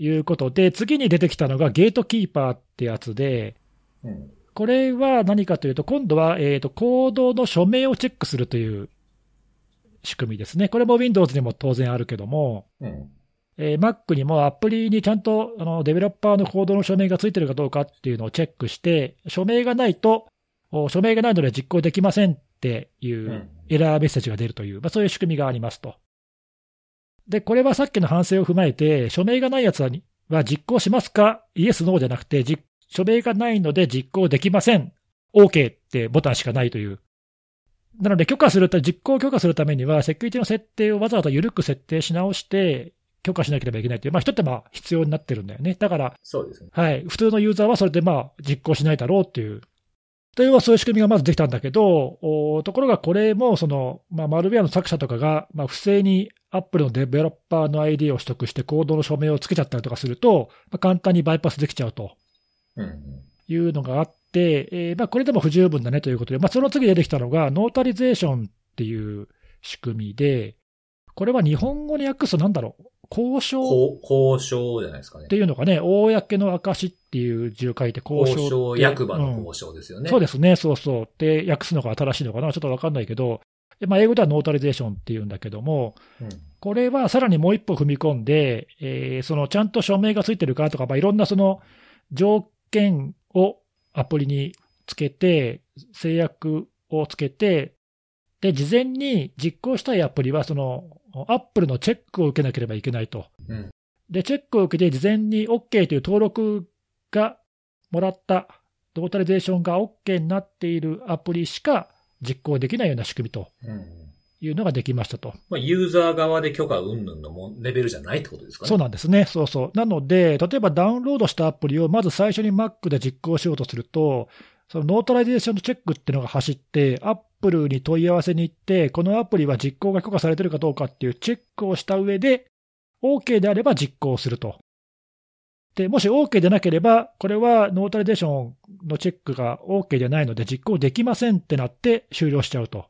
Speaker 2: いうことで、次に出てきたのがゲートキーパーってやつで、
Speaker 1: うん。
Speaker 2: これは何かというと、今度は、えっ、と、行動の署名をチェックするという仕組みですね。これも Windows にも当然あるけども、
Speaker 1: うん。。
Speaker 2: えー Mac にもアプリにちゃんとあのデベロッパーのコードの署名がついてるかどうかっていうのをチェックして、署名がないと、お署名がないので実行できませんっていううんエラーメッセージが出るという、まあ、そういう仕組みがありますと。で、これはさっきの反省を踏まえて、署名がないやつはには実行しますか、イエス、ノーじゃなくて、実署名がないので実行できません、OK ってボタンしかないという。なので、許可するた、実行を許可するためには、セキュリティの設定をわざわざ緩く設定し直して、許可しなければいけないという、まあ、一手間必要になってるんだよね。だから、
Speaker 1: そうですね。
Speaker 2: はい、普通のユーザーはそれでまあ実行しないだろうっていう。というそういう仕組みがまずできたんだけど、おところがこれもその、まあ、マルウェアの作者とかが、まあ、不正に Apple のデベロッパーの ID を取得して、コードの署名をつけちゃったりとかすると、まあ、簡単にバイパスできちゃうと
Speaker 1: うんうん。
Speaker 2: いうのがあって、えーまあ、これでも不十分だねということで、まあ、その次出てきたのが、ノータリゼーションっていう仕組みで、これは日本語に訳すとなんだろう、交渉っ
Speaker 1: こう交渉じゃないですかね。
Speaker 2: ていうのがね、公の証っていう字を書いて、交渉
Speaker 1: 交渉、
Speaker 2: って
Speaker 1: 役場
Speaker 2: うん
Speaker 1: の交渉ですよね。
Speaker 2: そう
Speaker 1: で
Speaker 2: ですね、そうそう。で、訳すのが正しいのかな、ちょっとわかんないけど、でまあ、英語ではノータリゼーションっていうんだけども、
Speaker 1: す。
Speaker 2: これはさらにもう一歩踏み込んで、えーそのちゃんと署名がついてるかとか、まあ、いろんなその条件をアプリにつけて、制約をつけて、で、事前に実行したいアプリは、その、アップルのチェックを受けなければいけないと。
Speaker 1: うん
Speaker 2: で、チェックを受けて、事前に OK という登録がもらったトータリゼーションが OK になっているアプリしか実行できないような仕組みと
Speaker 1: うん。
Speaker 2: いうのができましたと。
Speaker 1: まあ、ユーザー側で許可云々のもんレベルじゃないってことですかね。
Speaker 2: そうなんですね。そうそう。なので、例えばダウンロードしたアプリをまず最初に Mac で実行しようとすると、そのノートライゼーションのチェックっていうのが走って、Apple に問い合わせに行って、このアプリは実行が許可されてるかどうかっていうチェックをした上で、OK であれば実行すると。で、もし OK でなければ、これはノートライゼーションのチェックが OK でないので実行できませんってなって終了しちゃうと。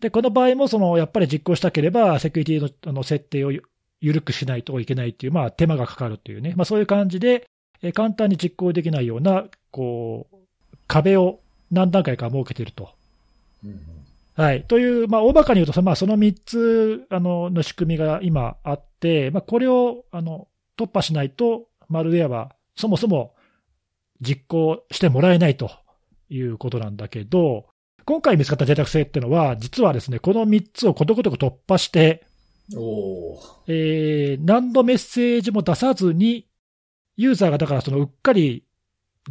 Speaker 2: で、この場合もその、やっぱり実行したければ、セキュリティのあの設定を緩くしないといけないっていう、まあ、手間がかかるというね、まあ、そういう感じで、えー簡単に実行できないような、こう、壁を何段階か設けていると。
Speaker 1: うんうん。
Speaker 2: はい。という、まあ、大まかに言うと、そまあ、その3つ、あの、の仕組みが今あって、まあ、これを、あの、突破しないと、マルウェアは、そもそも実行してもらえないということなんだけど、今回見つかった脆弱性っていうのは、実はですね、この3つをことごとく突破して、
Speaker 1: おー
Speaker 2: えー何度メッセージも出さずに、ユーザーがだからそのうっかり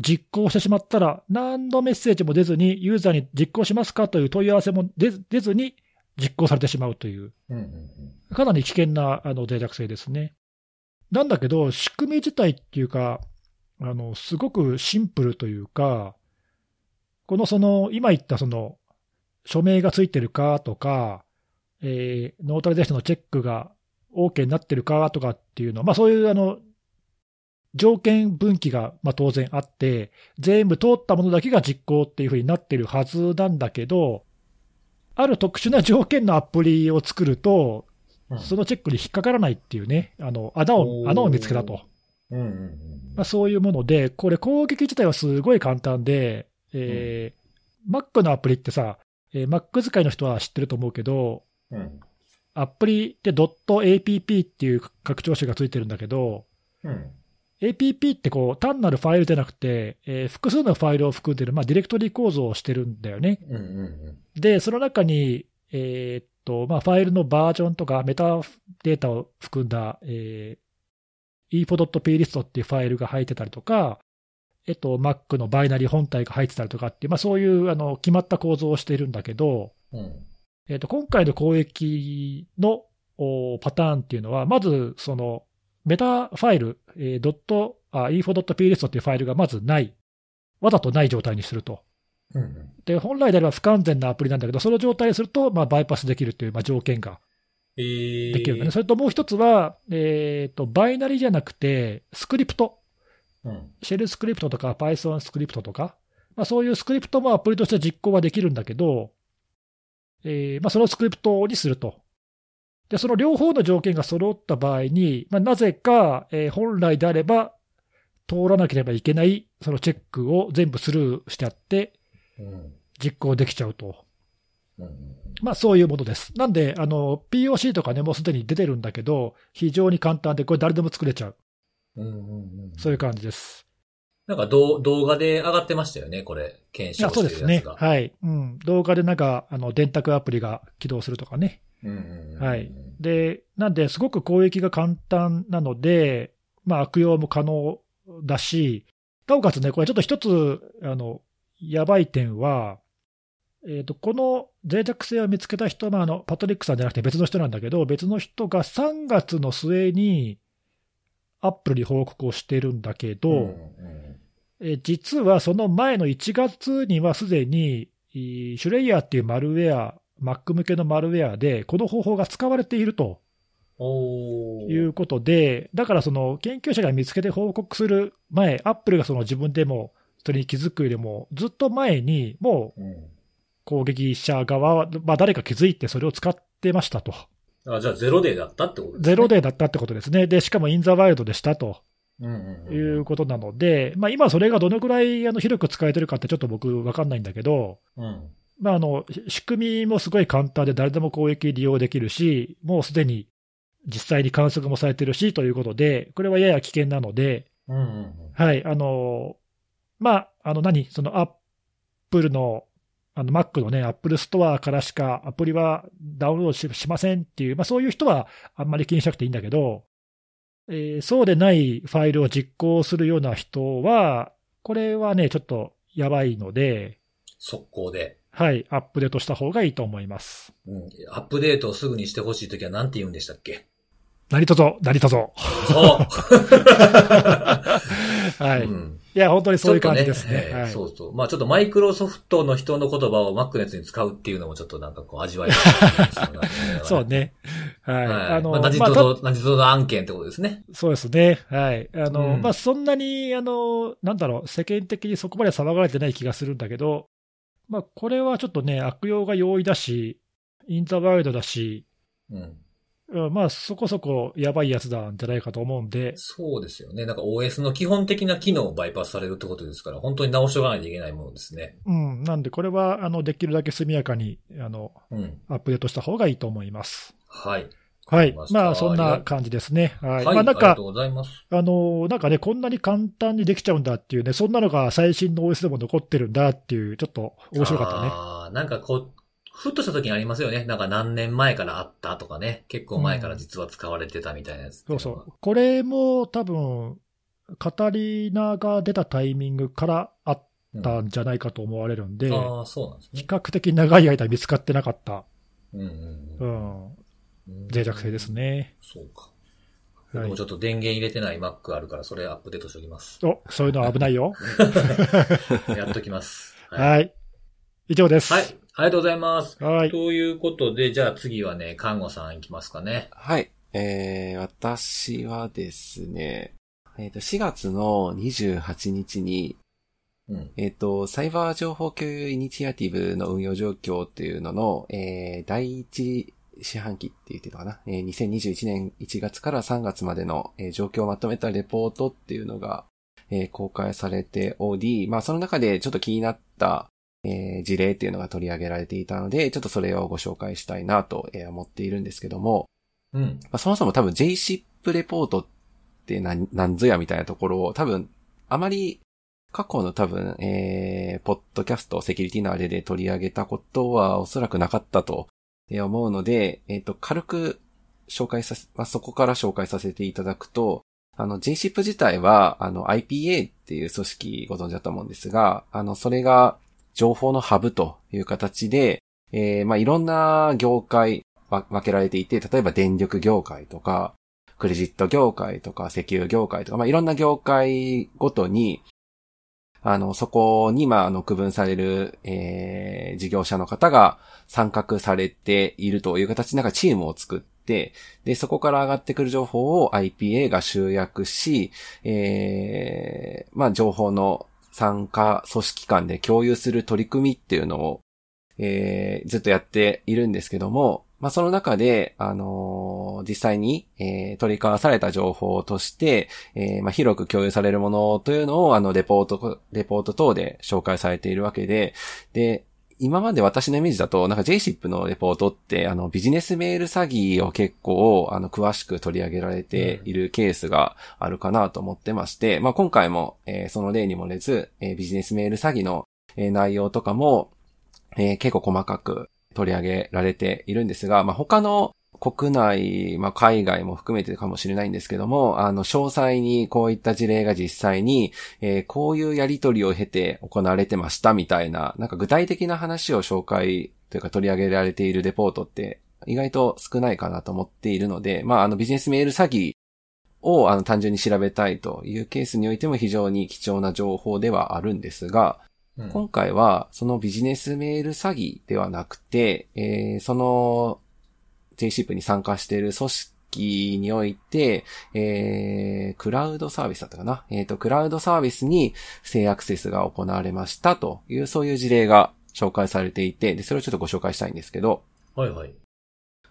Speaker 2: 実行してしまったら、何度メッセージも出ずに、ユーザーに実行しますかという問い合わせも出ず出ずに実行されてしまうという、
Speaker 1: うんうんうん。
Speaker 2: かなり危険なあの脆弱性ですね。なんだけど、仕組み自体っていうか、あのすごくシンプルというか、このその今言ったその署名がついてるかとか、えーノータリゼーションのチェックが OK になってるかとかっていうのは、まあ、そういうあの条件分岐がまあ当然あって、全部通ったものだけが実行っていうふうになってるはずなんだけど、ある特殊な条件のアプリを作ると、
Speaker 1: うん
Speaker 2: そのチェックに引っかからないっていうね、あの穴
Speaker 1: お
Speaker 2: を
Speaker 1: ー
Speaker 2: 穴を見つけたと、
Speaker 1: うんうん
Speaker 2: まあ、そういうもので、これ、攻撃自体はすごい簡単で、えー Mac のアプリってさ、えー Mac 使いの人は知ってると思うけど、
Speaker 1: うん。うん。
Speaker 2: アプリって .app っていう拡張子がついてるんだけど、
Speaker 1: うん。
Speaker 2: app ってこう単なるファイルじゃなくて、えー複数のファイルを含んでる、まあ、ディレクトリ構造をしてるんだよね。
Speaker 1: うんうん
Speaker 2: で、その中に、えーっと、まあ、ファイルのバージョンとか、メタデータを含んだ、えー、info.plist っていうファイルが入ってたりとか、えっと、Mac のバイナリー本体が入ってたりとかっていう、まあ、そういう、あの、決まった構造をしているんだけど、
Speaker 1: うん。うん。
Speaker 2: えっと、今回の攻撃のおパターンっていうのは、まず、その、メタファイル、えー、ドット、あ、info.plist っていうファイルがまずない。わざとない状態にすると。
Speaker 1: うんうん。
Speaker 2: で、本来であれば不完全なアプリなんだけど、その状態にすると、まあ、バイパスできるという、まあ、条件が
Speaker 1: えー、
Speaker 2: できるんだね。それともう一つは、えっ、と、バイナリじゃなくて、スクリプト。
Speaker 1: うん。
Speaker 2: シェルスクリプトとか、Python スクリプトとか、まあ、そういうスクリプトもアプリとして実行はできるんだけど、えーまあ、そのスクリプトにすると。で、その両方の条件が揃った場合に、まあ、なぜか、えー本来であれば、通らなければいけない、そのチェックを全部スルーしてあって、
Speaker 1: うん。
Speaker 2: 実行できちゃうと。
Speaker 1: うん。
Speaker 2: まあそういうものです。なんで、あの、POC とかね、もうすでに出てるんだけど、非常に簡単で、これ誰でも作れちゃう。
Speaker 1: うんうんうん。
Speaker 2: そういう感じです。
Speaker 1: なんか動動画で上がってましたよね、これ。検証
Speaker 2: あそうで
Speaker 1: して
Speaker 2: す
Speaker 1: るや
Speaker 2: ね
Speaker 1: つ。が。
Speaker 2: はい。うん。動画でなんか、あの、電卓アプリが起動するとかね。
Speaker 1: うんうんうん。
Speaker 2: はいで、なんで、すごく攻撃が簡単なので、まあ悪用も可能だし、なおかつね、これちょっと一つ、あの、やばい点は、えっ、と、この脆弱性を見つけた人、まあ、あの、パトリックさんじゃなくて別の人なんだけど、別の人が3月の末に、アップルに報告をしてるんだけど、
Speaker 1: うんうん
Speaker 2: えー実はその前の1月にはすでに、いーシュレイヤーっていうマルウェア、Mac 向けのマルウェアで、この方法が使われていると
Speaker 1: おー
Speaker 2: いうことで、だからその研究者が見つけて報告する前、アップルがその自分でもそれに気づくよりも、ずっと前に、もう
Speaker 1: うん。
Speaker 2: 攻撃者側は、まあ、誰か気づいてそれを使ってましたと、
Speaker 1: あ、じゃあゼロデーだったってことですね。
Speaker 2: ゼロデーだったってことですね、でしかもインザワイルドでしたと
Speaker 1: うんうんうん。
Speaker 2: いうことなので、まあ、今、それがどのくらいあの広く使えてるかって、ちょっと僕、分かんないんだけど。
Speaker 1: うん。
Speaker 2: まあ、あのし仕組みもすごい簡単で、誰でも攻撃利用できるし、もうすでに実際に観測もされてるしということで、これはやや危険なので、
Speaker 1: うんうんうん。
Speaker 2: はい、あの、まあ、あの何、そのアップルの、あの Mac のね、アップルストアからしかアプリはダウンロードししませんっていう、まあ、そういう人はあんまり気にしなくていいんだけど、えーそうでないファイルを実行するような人は、これはね、ちょっとやばいので、
Speaker 1: 速攻で。
Speaker 2: はい、アップデートした方がいいと思います。
Speaker 1: うん。アップデートをすぐにしてほしいときは何て言うんでしたっけ
Speaker 2: 何とぞ、何とぞ。
Speaker 1: そう
Speaker 2: <laughs> はい。
Speaker 1: う
Speaker 2: い
Speaker 1: ん
Speaker 2: や、本当にそういう感じです
Speaker 1: ちょっ
Speaker 2: ね。
Speaker 1: と
Speaker 2: はい
Speaker 1: そうそう。まあちょっとマイクロソフトの人の言葉を Mac のやつに使うっていうのもちょっとなんかこう味わいがある感じがしますね
Speaker 2: <laughs> そう。ね。はい。
Speaker 1: はい。
Speaker 2: あの、
Speaker 1: まあ、
Speaker 2: ま
Speaker 1: 何と
Speaker 2: あ
Speaker 1: ぞ、何とぞの案件ってことですね。
Speaker 2: そうですね。はい。あの、
Speaker 1: うん
Speaker 2: まあ、そんなに、あの、なんだろう、世間的にそこまで騒がれてない気がするんだけど、まあ、これはちょっとね、悪用が容易だし、インザワイルドだし、
Speaker 1: うん。
Speaker 2: うんまあ、そこそこやばいやつなんじゃないかと思うんで、
Speaker 1: そうですよね。なんか OS の基本的な機能をバイパスされるってことですから、本当に直しておかないといけないものですね。
Speaker 2: うん、なんで、これは、あの、できるだけ速やかに、あの、
Speaker 1: うん。
Speaker 2: アップデートした方がいいと思います。
Speaker 1: はい。
Speaker 2: は
Speaker 1: わ
Speaker 2: い
Speaker 1: かりま。した
Speaker 2: まあ、そんな感じですね。は。
Speaker 1: はいい。
Speaker 2: まあ、なん
Speaker 1: ありが
Speaker 2: か
Speaker 1: とう、ございます。
Speaker 2: あのなんかね、こんなに簡単にできちゃうんだっていうね、そんなのが最新の OS でも残ってるんだっていう、ちょっと面白かったね。
Speaker 1: ああ、なんかこう、ふっとした時にありますよね。なんか何年前からあったとかね。結構前から実は使われてたみたいなやつってい
Speaker 2: そう
Speaker 1: のが。
Speaker 2: そう。これも多分、カタリナが出たタイミングからあっ
Speaker 1: うん
Speaker 2: たんじゃないかと思われるんで、
Speaker 1: ああ、そうなんです
Speaker 2: 比
Speaker 1: ね。
Speaker 2: 較的長い間見つかってなかった、
Speaker 1: うん
Speaker 2: う
Speaker 1: うんう
Speaker 2: ん、
Speaker 1: ん。
Speaker 2: 脆弱性です。ね。
Speaker 1: そうか。
Speaker 2: は
Speaker 1: で
Speaker 2: い
Speaker 1: もちょっと電源入れてない Mac あるから、それアップデートしておきます。
Speaker 2: お、 <laughs> そういうのは危ないよ。
Speaker 1: やっときます。はい。
Speaker 2: はい。以上です。
Speaker 1: はい。ありがとうございます。
Speaker 2: はい。
Speaker 1: ということで、じゃあ次はね、看護さん行きますかね。
Speaker 3: はい。えー、私はですね、えっ、と、4月の28日に、
Speaker 1: うん。
Speaker 3: えっ、と、サイバー情報共有イニシアティブの運用状況っていうのの、えー、第一四半期って言ってたかな、えー、2021年1月から3月までの、えー状況をまとめたレポートっていうのが、えー公開されており、まあその中でちょっと気になった、えー事例っていうのが取り上げられていたので、ちょっとそれをご紹介したいなと、えー思っているんですけども、
Speaker 1: うん。
Speaker 3: まあ、そもそも多分 JSIP レポートってなんなんぞやみたいなところを多分あまり過去の多分、えー、ポッドキャスト、セキュリティのあれで取り上げたことはおそらくなかったとえー思うので、えっ、と、軽く紹介させ、まあ、そこから紹介させていただくと、あの、JSIP 自体は、あの、IPA っていう組織ご存知だと思うんですが、あの、それが情報のハブという形で、えー、まあ、いろんな業界、わ分けられていて、例えば電力業界とか、クレジット業界とか、石油業界とか、まあ、いろんな業界ごとに、あの、そこに、まあ、あの、区分される、えー、事業者の方が参画されているという形で、なんかチームを作って、で、そこから上がってくる情報を IPA が集約し、えー、まあ、情報の参加組織間で共有する取り組みっていうのをえーずっとやっているんですけども、まあ、その中で、あのー実際に、えー取り交わされた情報として、えーまあ、広く共有されるものというのを、あの、レポート、レポート等で紹介されているわけで、で、今まで私のイメージだと、なんか JSIP のレポートって、あの、ビジネスメール詐欺を結構、あの、詳しく取り上げられているケースがあるかなと思ってまして、まあ、今回も、えーその例にもれず、えービジネスメール詐欺の、えー内容とかも、えー結構細かく取り上げられているんですが、まあ、他の国内、まあ、海外も含めてかもしれないんですけども、あの、詳細にこういった事例が実際に、えーこういうやりとりを経て行われてましたみたいな、なんか具体的な話を紹介というか取り上げられているレポートって意外と少ないかなと思っているので、まあ、あの、ビジネスメール詐欺をあの単純に調べたいというケースにおいても非常に貴重な情報ではあるんですが、
Speaker 1: うん。
Speaker 3: 今回は、そのビジネスメール詐欺ではなくて、えーその JSIP に参加している組織において、えークラウドサービスだったかなえっ、と、クラウドサービスに不正アクセスが行われましたという、そういう事例が紹介されていて、で、それをちょっとご紹介したいんですけど、
Speaker 1: はいはい。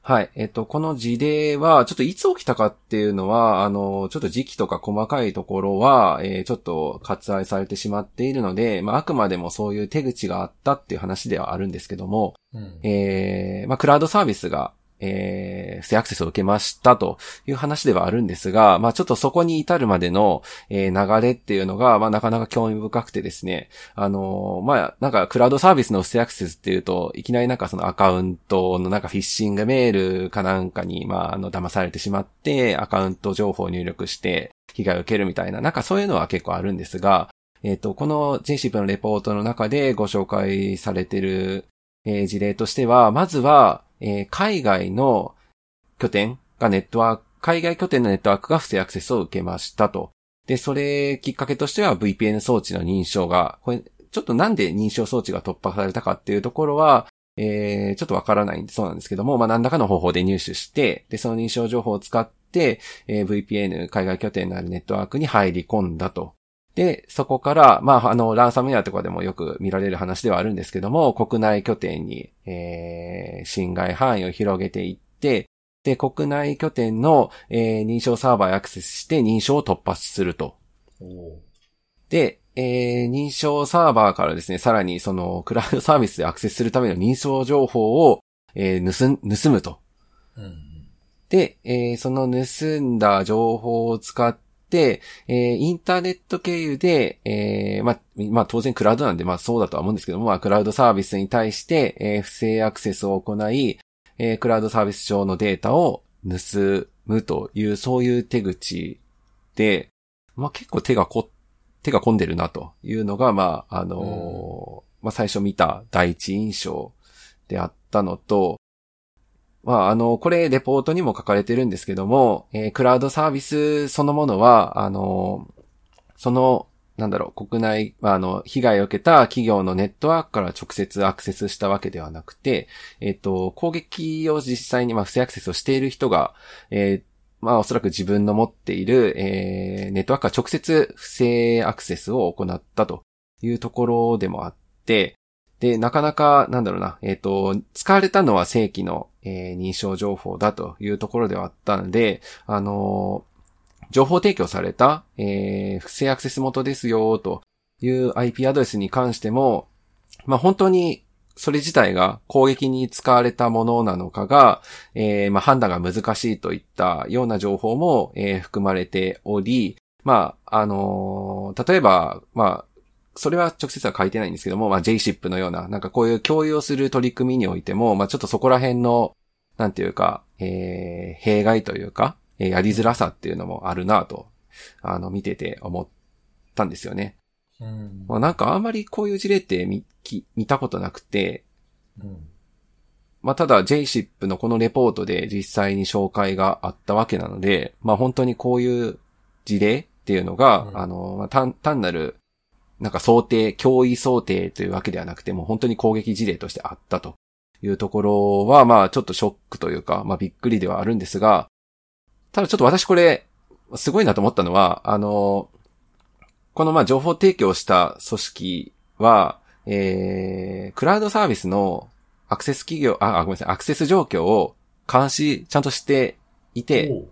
Speaker 3: はい。えっと、この事例は、ちょっといつ起きたかっていうのは、あの、ちょっと時期とか細かいところは、えーちょっと割愛されてしまっているので、まあ、あくまでもそういう手口があったっていう話ではあるんですけども、
Speaker 1: うん。
Speaker 3: えーまあ、クラウドサービスが、えー不正アクセスを受けましたという話ではあるんですが、まあ、ちょっとそこに至るまでの、えー流れっていうのが、まあ、なかなか興味深くてですね、あのーまあ、なんかクラウドサービスの不正アクセスっていうと、いきなりなんかそのアカウントのなんかフィッシングメールかなんかに、まあ、あの、騙されてしまって、アカウント情報を入力して、被害を受けるみたいな、なんかそういうのは結構あるんですが、えっ、と、この JCP のレポートの中でご紹介されてる、えー事例としては、まずは、えー海外の拠点がネットワーク、海外拠点のネットワークが不正アクセスを受けましたと。で、それきっかけとしては VPN 装置の認証が、これ、ちょっとなんで認証装置が突破されたかっていうところは、えー、ちょっとわからないんで、そうなんですけども、まあ、何らかの方法で入手して、で、その認証情報を使って、えー VPN、海外拠点のあるネットワークに入り込んだと。で、そこから、まあ、あの、ランサムウェアとかでもよく見られる話ではあるんですけども、国内拠点に、えー、侵害範囲を広げていって、で、国内拠点の、えー認証サーバーへアクセスして認証を突破すると。
Speaker 1: おう
Speaker 3: で、えー認証サーバーからですね、さらにそのクラウドサービスでアクセスするための認証情報を、えー盗ん、盗むと。
Speaker 1: うん。
Speaker 3: で、えーその盗んだ情報を使って、えーインターネット経由で、えーまあ、まあ、当然クラウドなんで、まあ、そうだとは思うんですけども、まあ、クラウドサービスに対して、えー不正アクセスを行い、えークラウドサービス上のデータを盗むという、そういう手口で、まあ、結構手がこ、手が込んでるなというのが、まあ、あのーまあ、最初見た第一印象であったのと、まあ、あの、これ、レポートにも書かれてるんですけども、えークラウドサービスそのものは、あの、その、なんだろう、国内、まああの、被害を受けた企業のネットワークから直接アクセスしたわけではなくて、えっ、と、攻撃を実際に、まあ、不正アクセスをしている人が、えーまあ、おそらく自分の持っている、えーネットワークから直接不正アクセスを行ったというところでもあって、で、なかなか、なんだろうな、えっ、と、使われたのは正規の、えー認証情報だというところではあったので、あのー情報提供された、えー不正アクセス元ですよ、という IP アドレスに関しても、まあ、本当に、それ自体が攻撃に使われたものなのかが、えーまあ、判断が難しいといったような情報も、えー含まれており、まあ、あのー例えば、まあ、それは直接は書いてないんですけども、まあ、JSIP のような、なんかこういう共有をする取り組みにおいても、まあ、ちょっとそこら辺の、なんていうか、えー、弊害というか、えーやりづらさっていうのもあるなと、あの、見てて思ったんですよね。
Speaker 1: うん。
Speaker 3: まあ、なんかあんまりこういう事例って見、き見たことなくて、
Speaker 1: うん。
Speaker 3: まあ、ただ JSIP のこのレポートで実際に紹介があったわけなので、まあ、本当にこういう事例っていうのが、
Speaker 1: うん
Speaker 3: あの、まあ単、単なる、なんか想定、脅威想定というわけではなくて、もう本当に攻撃事例としてあったというところは、まあ、ちょっとショックというか、まあ、びっくりではあるんですが、ただちょっと私これ、すごいなと思ったのは、あの、このまあ情報提供した組織は、えー、クラウドサービスのアクセス企業、あ、あごめんなさい、アクセス状況を監視ちゃんとしていて、
Speaker 1: おう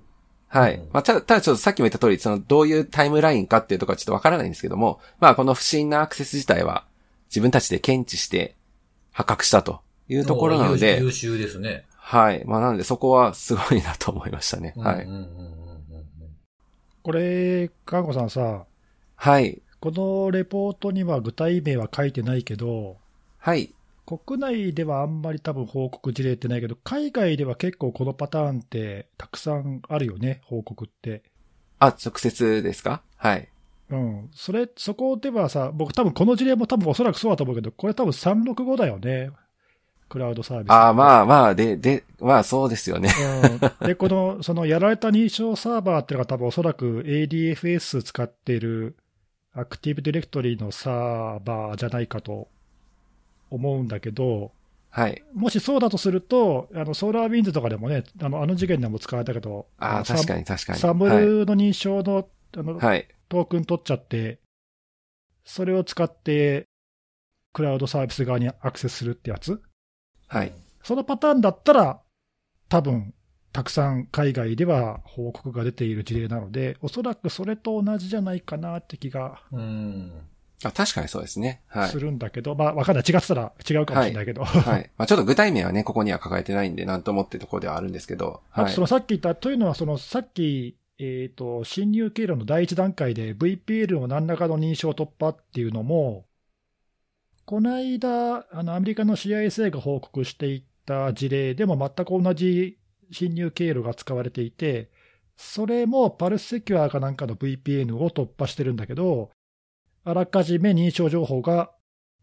Speaker 3: はい
Speaker 1: うん。
Speaker 3: まあ、ただ、ただちょっとさっきも言った通り、その、どういうタイムラインかっていうところはちょっとわからないんですけども、まあ、この不審なアクセス自体は、自分たちで検知して、破格したというところなの
Speaker 1: おう
Speaker 3: で、
Speaker 1: 優秀優秀ですね。
Speaker 3: はい。まあ、なのでそこはすごいなと思いましたね。は
Speaker 1: う
Speaker 3: い
Speaker 1: ん。うんうんうんうん
Speaker 2: これ、看護さんさ、
Speaker 3: はい。
Speaker 2: このレポートには具体名は書いてないけど、
Speaker 3: はい。
Speaker 2: 国内ではあんまり多分報告事例ってないけど、海外では結構このパターンってたくさんあるよね、報告って。
Speaker 3: あ、直接ですかはい。
Speaker 2: うん。それ、そこではさ、僕多分この事例も多分おそらくそうだと思うけど、これ多分365だよね。クラウドサービス。
Speaker 3: ああ、まあまあ、で、で、まあそうですよね。
Speaker 2: うんで、この、そのやられた認証サーバーっていうのが多分おそらく ADFS 使っているアクティブディレクトリのサーバーじゃないかと思うんだけど、
Speaker 3: はい。
Speaker 2: もしそうだとすると、あの、ソーラーウィンズとかでもね、あの、あの事件でも使われたけど、
Speaker 3: ああ、
Speaker 2: サ
Speaker 3: 確かに確かに。
Speaker 2: サム
Speaker 3: はい。
Speaker 2: ルの認証の,、あの
Speaker 3: はい。
Speaker 2: トークン取っちゃって、それを使って、クラウドサービス側にアクセスするってやつ
Speaker 3: はい。
Speaker 2: そのパターンだったら、多分たくさん海外では報告が出ている事例なので、おそらくそれと同じじゃないかなって気が
Speaker 1: うん。
Speaker 3: あ、確かにそうですね。はい
Speaker 2: す。るんだけど、まあ、わかんない、違ってたら違うかもしれないけど、
Speaker 3: はい。まあちょっと具体名はね、ここには抱えてないんで、なんともってところではあるんですけど、
Speaker 2: あ
Speaker 3: は
Speaker 2: と
Speaker 3: い
Speaker 2: そ。のさっき言った、というのは、そのさっき、えーと、侵入経路の第一段階で VPL を何らかの認証突破っていうのも、この間、あのアメリカの CISA が報告していた事例でも全く同じ侵入経路が使われていて、それもパルスセキュアかなんかの VPN を突破してるんだけど、あらかじめ認証情報が、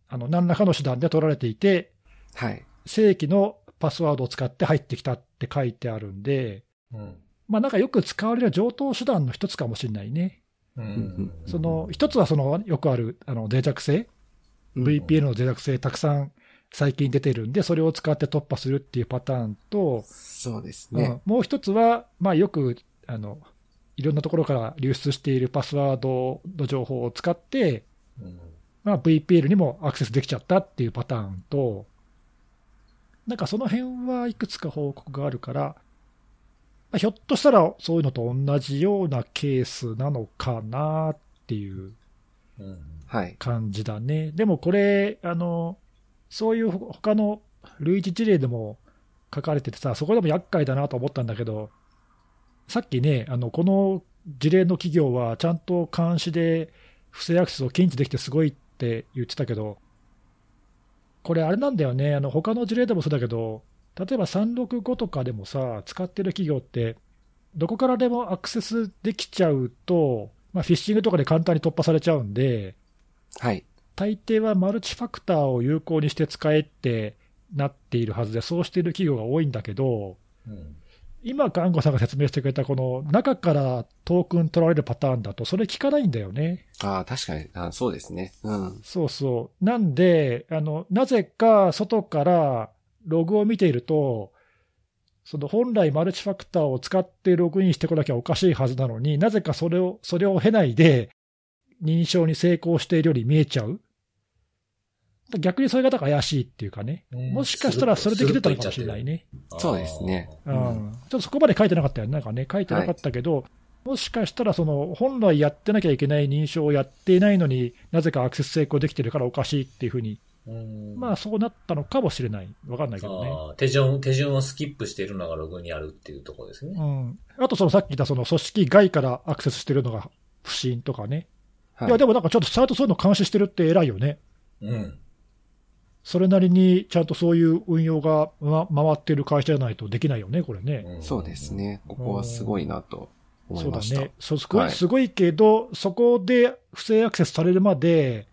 Speaker 2: あの、何らかの手段で取られていて、
Speaker 3: はい。
Speaker 2: 正規のパスワードを使って入ってきたって書いてあるんで、
Speaker 1: うん。
Speaker 2: まあ、なんかよく使われる上等手段の一つかもしれないね。
Speaker 1: うん。
Speaker 2: その、一つはその、よくある、あの、脆弱性、
Speaker 3: うん
Speaker 2: VPN の脆弱性たくさん最近出てるんで、それを使って突破するっていうパターンと、
Speaker 3: そうです
Speaker 2: う
Speaker 3: ね
Speaker 2: ん。もう一つは、まあ、よく、あの、いろんなところから流出しているパスワードの情報を使って、
Speaker 1: うん。
Speaker 2: まあ、VPN にもアクセスできちゃったっていうパターンと、なんかその辺はいくつか報告があるから、まあ、ひょっとしたらそういうのと同じようなケースなのかなっていう
Speaker 1: うん。
Speaker 3: はい。
Speaker 2: 感じだね。でもこれ、あの、そういう他の類似事例でも書かれててさ、そこでも厄介だなと思ったんだけど、さっきね、あの、この事例の企業はちゃんと監視で不正アクセスを検知できてすごいって言ってたけど、これあれなんだよね、あの、他の事例でもそうだけど、例えば365とかでもさ、使ってる企業って、どこからでもアクセスできちゃうと、まあ、フィッシングとかで簡単に突破されちゃうんで、
Speaker 3: はい。
Speaker 2: 大抵はマルチファクターを有効にして使えってなっているはずで、そうしている企業が多いんだけど、
Speaker 1: うん。
Speaker 2: 今、看護さんが説明してくれたこの中からトークン取られるパターンだと、それ効かないんだよね。
Speaker 3: ああ、確かにあ、そうですね。うん。
Speaker 2: そうそう。なんで、あの、なぜか外からログを見ていると、その本来マルチファクターを使ってログインしてこなきゃおかしいはずなのに、なぜかそれを、それを経ないで認証に成功しているように見えちゃう。逆にそれがだから怪しいっていうかね。
Speaker 1: ね
Speaker 2: もしかしたらそれで来てたのかもしれないね。
Speaker 3: そうですね
Speaker 2: う
Speaker 3: る
Speaker 2: ん。ちょっとそこまで書いてなかったよね。なんかね、書いてなかったけど、もしかしたらその本来やってなきゃいけない認証をやっていないのになぜかアクセス成功できてるからおかしいっていうふうに、
Speaker 1: うん。
Speaker 2: まあそうなったのかもしれない。わかんないけどね。
Speaker 1: あー手順、手順をスキップしているのがログにあるっていうところですね。
Speaker 2: うん。あとそのさっき言ったその組織外からアクセスしてるのが不審とかね。
Speaker 3: はい
Speaker 2: いやでもなんかちょっとちゃんとそういうの監視してるって偉いよね。
Speaker 1: うん。
Speaker 2: それなりにちゃんとそういう運用が、ま、回ってる会社じゃないとできないよね、これね。
Speaker 1: ん
Speaker 3: そうです。ね。ここはすごいなと思
Speaker 2: そ
Speaker 3: いう
Speaker 2: だ
Speaker 3: ました。
Speaker 2: ね。そうすごい、
Speaker 3: はい
Speaker 2: すごいけど、そこで不正アクセスされるまで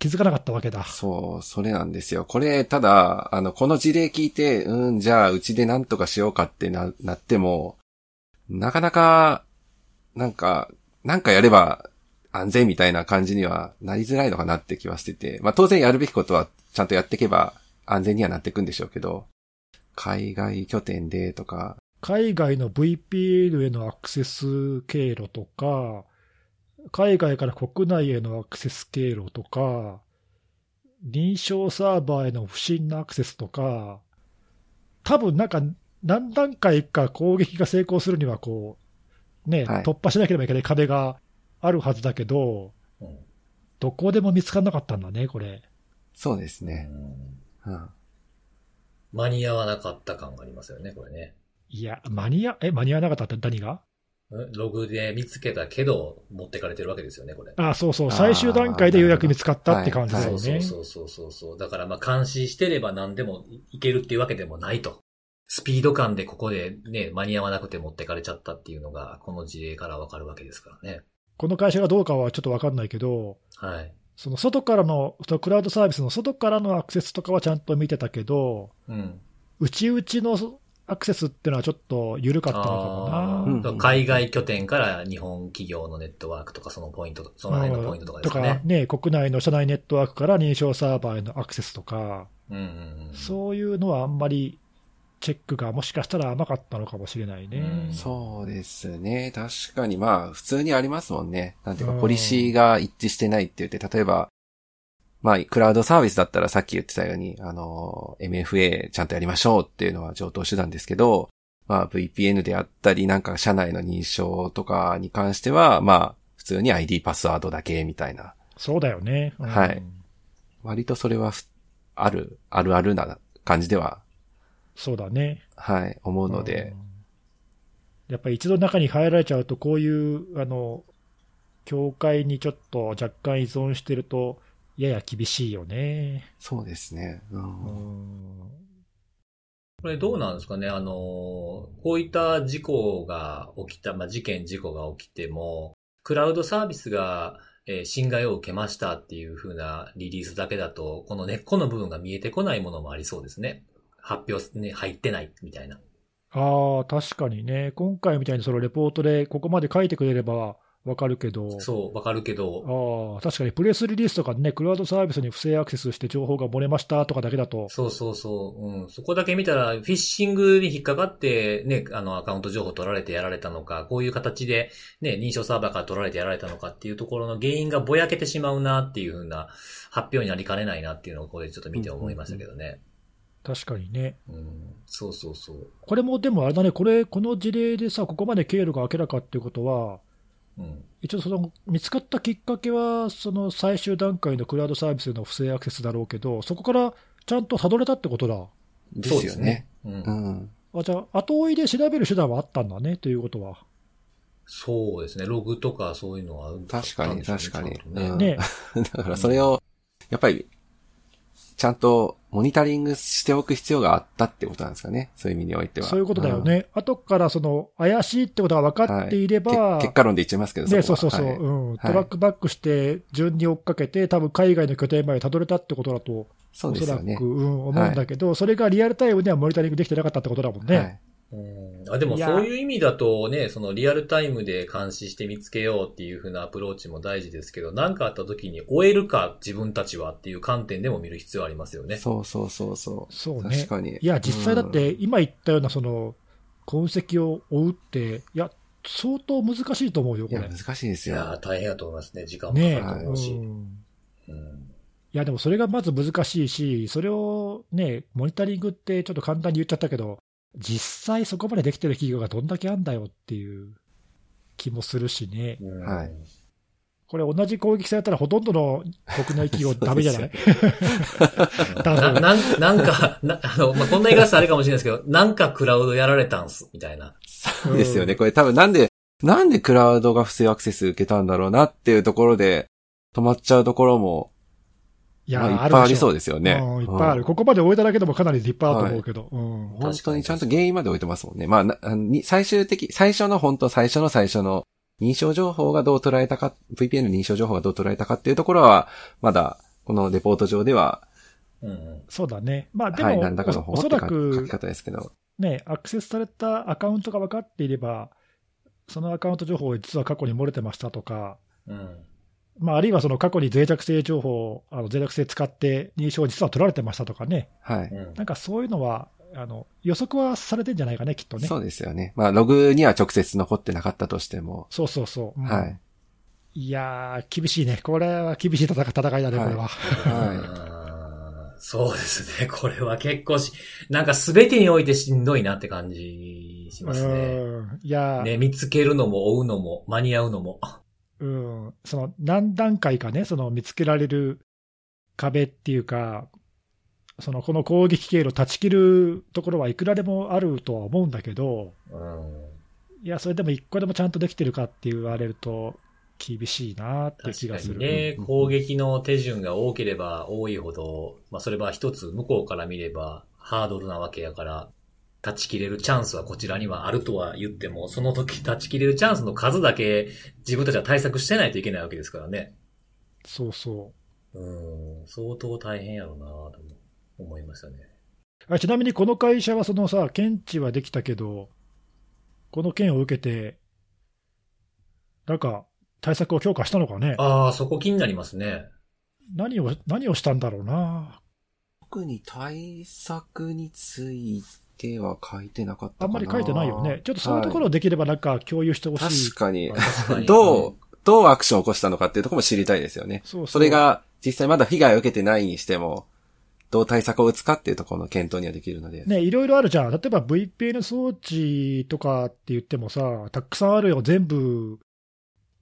Speaker 2: 気づかなかったわけだ。
Speaker 3: そう、それなんですよ。これ、ただ、あの、この事例聞いて、うん、じゃあ、うちで何とかしようかってな、なっても、なかなか、なんか、なんかやれば安全みたいな感じにはなりづらいのかなって気はしてて、まあ当然やるべきことはちゃんとやっていけば安全にはなっていくんでしょうけど、海外拠点でとか、
Speaker 2: 海外の VPN へのアクセス経路とか、海外から国内へのアクセス経路とか、認証サーバーへの不審なアクセスとか、多分なんか何段階か攻撃が成功するにはこう、ね、
Speaker 3: はい
Speaker 2: 突破しなければいけない壁があるはずだけど、
Speaker 1: うん
Speaker 2: どこでも見つからなかったんだね、これ。
Speaker 3: そうですね。うん。
Speaker 1: 間に合わなかった感がありますよね、これね。
Speaker 2: いや、間に合、え、間に合わなかったって何が
Speaker 1: んログで見つけたけど、持ってかれてるわけですよね、これ。
Speaker 2: あ、そうそう、
Speaker 3: あー
Speaker 2: 最終段階でようやく見つかったって感じだよ
Speaker 1: そ
Speaker 2: ね。
Speaker 1: うそうそうそうそうそう。だからまあ監視してれば何でもいけるっていうわけでもないと。スピード感でここでね、間に合わなくて持ってかれちゃったっていうのが、この事例からわかるわけですからね。
Speaker 2: この会社がどうかはちょっと分かんないけど、
Speaker 1: はい。
Speaker 2: その外からの、そのクラウドサービスの外からのアクセスとかはちゃんと見てたけど、
Speaker 1: うん。
Speaker 2: 内々のアクセスっていうのはちょっと緩かったの
Speaker 1: あ
Speaker 2: かも
Speaker 1: ー
Speaker 2: な。
Speaker 3: うん
Speaker 1: 海外拠点から日本企業のネットワークとか、そのポイントと、その辺のポイントとかですかね。
Speaker 2: ね、国内の社内ネットワークから認証サーバーへのアクセスとか、
Speaker 1: うんうんうん。
Speaker 2: そういうのはあんまりチェックがもしかしたら甘かったのかもしれないね
Speaker 1: うん。
Speaker 3: そうですね。確かに、まあ、普通にありますもんね。なんていうか、
Speaker 2: うん
Speaker 3: ポリシーが一致してないって言って、例えば、まあ、クラウドサービスだったらさっき言ってたように、あの、MFA ちゃんとやりましょうっていうのは上等手段ですけど、まあ、VPN であったり、なんか社内の認証とかに関しては、まあ、普通に ID パスワードだけみたいな。
Speaker 2: そうだよね。うん
Speaker 3: はい割とそれはふ、ある、あるあるな感じでは、
Speaker 2: そうだね。
Speaker 3: はい、思うので、
Speaker 2: うんやっぱり一度中に入られちゃうと、こういう、あの、教会にちょっと若干依存してると、やや厳しいよね。
Speaker 3: そうですね。う
Speaker 2: うんん。
Speaker 1: これどうなんですかねあの、こういった事故が起きた、まあ、事件事故が起きても、クラウドサービスがえー侵害を受けましたっていう風なリリースだけだと、この根っこの部分が見えてこないものもありそうですね。発表に入ってないみたいな。
Speaker 2: ああ、確かにね、今回みたいにそのレポートでここまで書いてくれればわかるけど、
Speaker 1: そう、わかるけど、
Speaker 2: ああ確かにプレスリリースとかね、クラウドサービスに不正アクセスして情報が漏れましたとかだけだと、
Speaker 1: そうそうそう、うん。そこだけ見たら、フィッシングに引っかかって、ね、あの、アカウント情報取られてやられたのか、こういう形で、ね、認証サーバーから取られてやられたのかっていうところの原因がぼやけてしまうなっていう風な発表になりかねないなっていうのをここでちょっと見て思いましたけどね。
Speaker 2: 確かにね、
Speaker 1: うん、そうそうそう。
Speaker 2: これもでもあれだね、これ、この事例でさ、ここまで経路が明らかっていうことは、
Speaker 1: うん。
Speaker 2: 一応その、見つかったきっかけは、その最終段階のクラウドサービスへの不正アクセスだろうけど、そこからちゃんと辿れたってことだ。
Speaker 3: で
Speaker 1: そう
Speaker 3: すよね。。
Speaker 1: うん
Speaker 3: う。ん。
Speaker 2: あじゃあ、後追いで調べる手段はあったんだね、ということは。
Speaker 1: そうですね。ログとかそういうのはあったんでしょうね、
Speaker 3: 確かに
Speaker 1: ちゃんとね
Speaker 3: 確かにうん
Speaker 2: ね、
Speaker 3: <laughs> だからそれを、やっぱり、ちゃんとモニタリングしておく必要があったってことなんですかね。そういう意味においては。
Speaker 2: そういうことだよね。後からその、怪しいってことが分かっていれ
Speaker 3: うん。け
Speaker 2: ば、
Speaker 3: 結果論で言っちゃいますけど、
Speaker 2: ね、
Speaker 3: こ
Speaker 2: そう
Speaker 3: は
Speaker 2: そうそう、
Speaker 3: はい
Speaker 2: うん、
Speaker 3: はい
Speaker 2: トラックバックして、順に追っかけて、多分海外の拠点までたどれたってことだと、
Speaker 3: そう
Speaker 2: お
Speaker 3: で
Speaker 2: そ
Speaker 3: す
Speaker 2: ら
Speaker 3: よ
Speaker 2: く、
Speaker 3: ね。
Speaker 2: うん、思うんだけど、それがリアルタイムではモニタリングできてなかったってことだもんね。
Speaker 3: はい
Speaker 1: うんあでもそういう意味だとね、そのリアルタイムで監視して見つけようっていう風なアプローチも大事ですけど、何かあった時に終えるか自分たちはっていう観点でも見る必要ありますよね。
Speaker 3: そうそうそうそう。
Speaker 2: そうね
Speaker 3: 確かに。
Speaker 2: いや、実際だって、今言ったようなその痕跡を追うって、いや、相当難しいと思うよ、
Speaker 3: い
Speaker 2: こ
Speaker 3: や、
Speaker 2: れ。
Speaker 3: 難しいです
Speaker 1: いや
Speaker 3: よ
Speaker 1: ー。大変だと思いますね。時間も
Speaker 2: ねえ、
Speaker 1: かかると思うし。
Speaker 2: うん
Speaker 1: うん
Speaker 2: いや、でもそれがまず難しいし、それをね、モニタリングってちょっと簡単に言っちゃったけど、実際そこまでできてる企業がどんだけあんだよっていう気もするしね。
Speaker 1: うん
Speaker 3: はい
Speaker 2: これ同じ攻撃されたらほとんどの国内企業ダメじゃな
Speaker 3: <laughs> そう
Speaker 2: い <laughs>
Speaker 3: で
Speaker 2: 多分
Speaker 1: な、なんなんか、 <laughs> な、あの、まあ、こんな言い方したらあれかもしれないですけど、なんかクラウドやられたんす、みたいな。
Speaker 3: そう <laughs> ですよね。これ多分なんで、なんでクラウドが不正アクセス受けたんだろうなっていうところで、止まっちゃうところも、
Speaker 2: いや、
Speaker 3: まあいっ
Speaker 2: るでし
Speaker 3: ぱ
Speaker 2: ょ
Speaker 3: いありそうですよね。
Speaker 2: うんいっぱいあ
Speaker 3: う
Speaker 2: る。
Speaker 3: ん
Speaker 2: ここまで終えただけでもかなりいっぱいあると思うけど。うん
Speaker 3: 本当にちゃんと原因まで置いてますもんね。まあな、あのに最終的、最初の本当最初の最初の認証情報がどう捉えたか、VPN の認証情報がどう捉えたかっていうところは、まだ、このレポート上では、
Speaker 1: うんうん。
Speaker 2: そうだね。まあでも、
Speaker 3: はい、何らかの方
Speaker 2: お
Speaker 3: 法
Speaker 2: そ
Speaker 3: って
Speaker 2: ら
Speaker 3: か書
Speaker 2: く
Speaker 3: き、方ですけど。
Speaker 2: ね、アクセスされたアカウントが分かっていれば、そのアカウント情報、実は過去に漏れてましたとか、
Speaker 1: うん。
Speaker 2: まあ、あるいはその過去に脆弱性情報、あの脆弱性使って認証を実は取られてましたとかね、
Speaker 3: はい。
Speaker 1: うん
Speaker 2: なんかそういうのはあの予測はされてんじゃないかね、きっとね。
Speaker 3: そうですよね。まあ、ログには直接残ってなかったとしても、
Speaker 2: そうそうそう。うん
Speaker 3: はい。
Speaker 2: いやー、厳しいね。これは厳しい戦い戦いだね、
Speaker 3: はい
Speaker 2: これは。
Speaker 3: は
Speaker 1: あーそうですね。これは結構し、なんか全てにおいてしんどいなって感じしますね。
Speaker 2: うんいやー、
Speaker 1: ね、見つけるのも追うのも間に合うのも。
Speaker 2: うん、その何段階かね、その見つけられる壁っていうか、そのこの攻撃経路断ち切るところはいくらでもあるとは思うんだけど、
Speaker 1: うん。
Speaker 2: いや、それでも一個でもちゃんとできてるかって言われると、厳しいなって
Speaker 1: 確
Speaker 2: 気が
Speaker 1: か
Speaker 2: す
Speaker 1: に
Speaker 2: る。
Speaker 1: ね
Speaker 3: う、ん
Speaker 1: 攻撃の手順が多ければ多いほど、まあそれは一つ向こうから見ればハードルなわけやから、断ち切れるチャンスはこちらにはあるとは言っても、その時断ち切れるチャンスの数だけ自分たちは対策してないといけないわけですからね。
Speaker 2: そうそ
Speaker 1: うん、相当大変やろうなと思いましたね。
Speaker 2: うあ。ちなみにこの会社は、そのさ、検知はできたけど、この件を受けて、なんか対策を強化したのかね。
Speaker 1: ああ、そこ気になりますね。
Speaker 2: 何を、何をしたんだろうな。
Speaker 3: 特に対策については書いてなかったか
Speaker 2: あんまり書いてないよね。ちょっとそういうところをできればなんか共有してほしい。
Speaker 3: 確かに。
Speaker 1: 確かに
Speaker 3: <laughs> どう、どうアクションを起こしたのかっていうところも知りたいですよね。
Speaker 2: そうそう
Speaker 3: それ、が実際まだ被害を受けてないにしても、どう対策を打つかっていうところの検討にはできるので。
Speaker 2: ね、いろいろあるじゃん。例えば VPN 装置とかって言ってもさ、たくさんあるよ。全部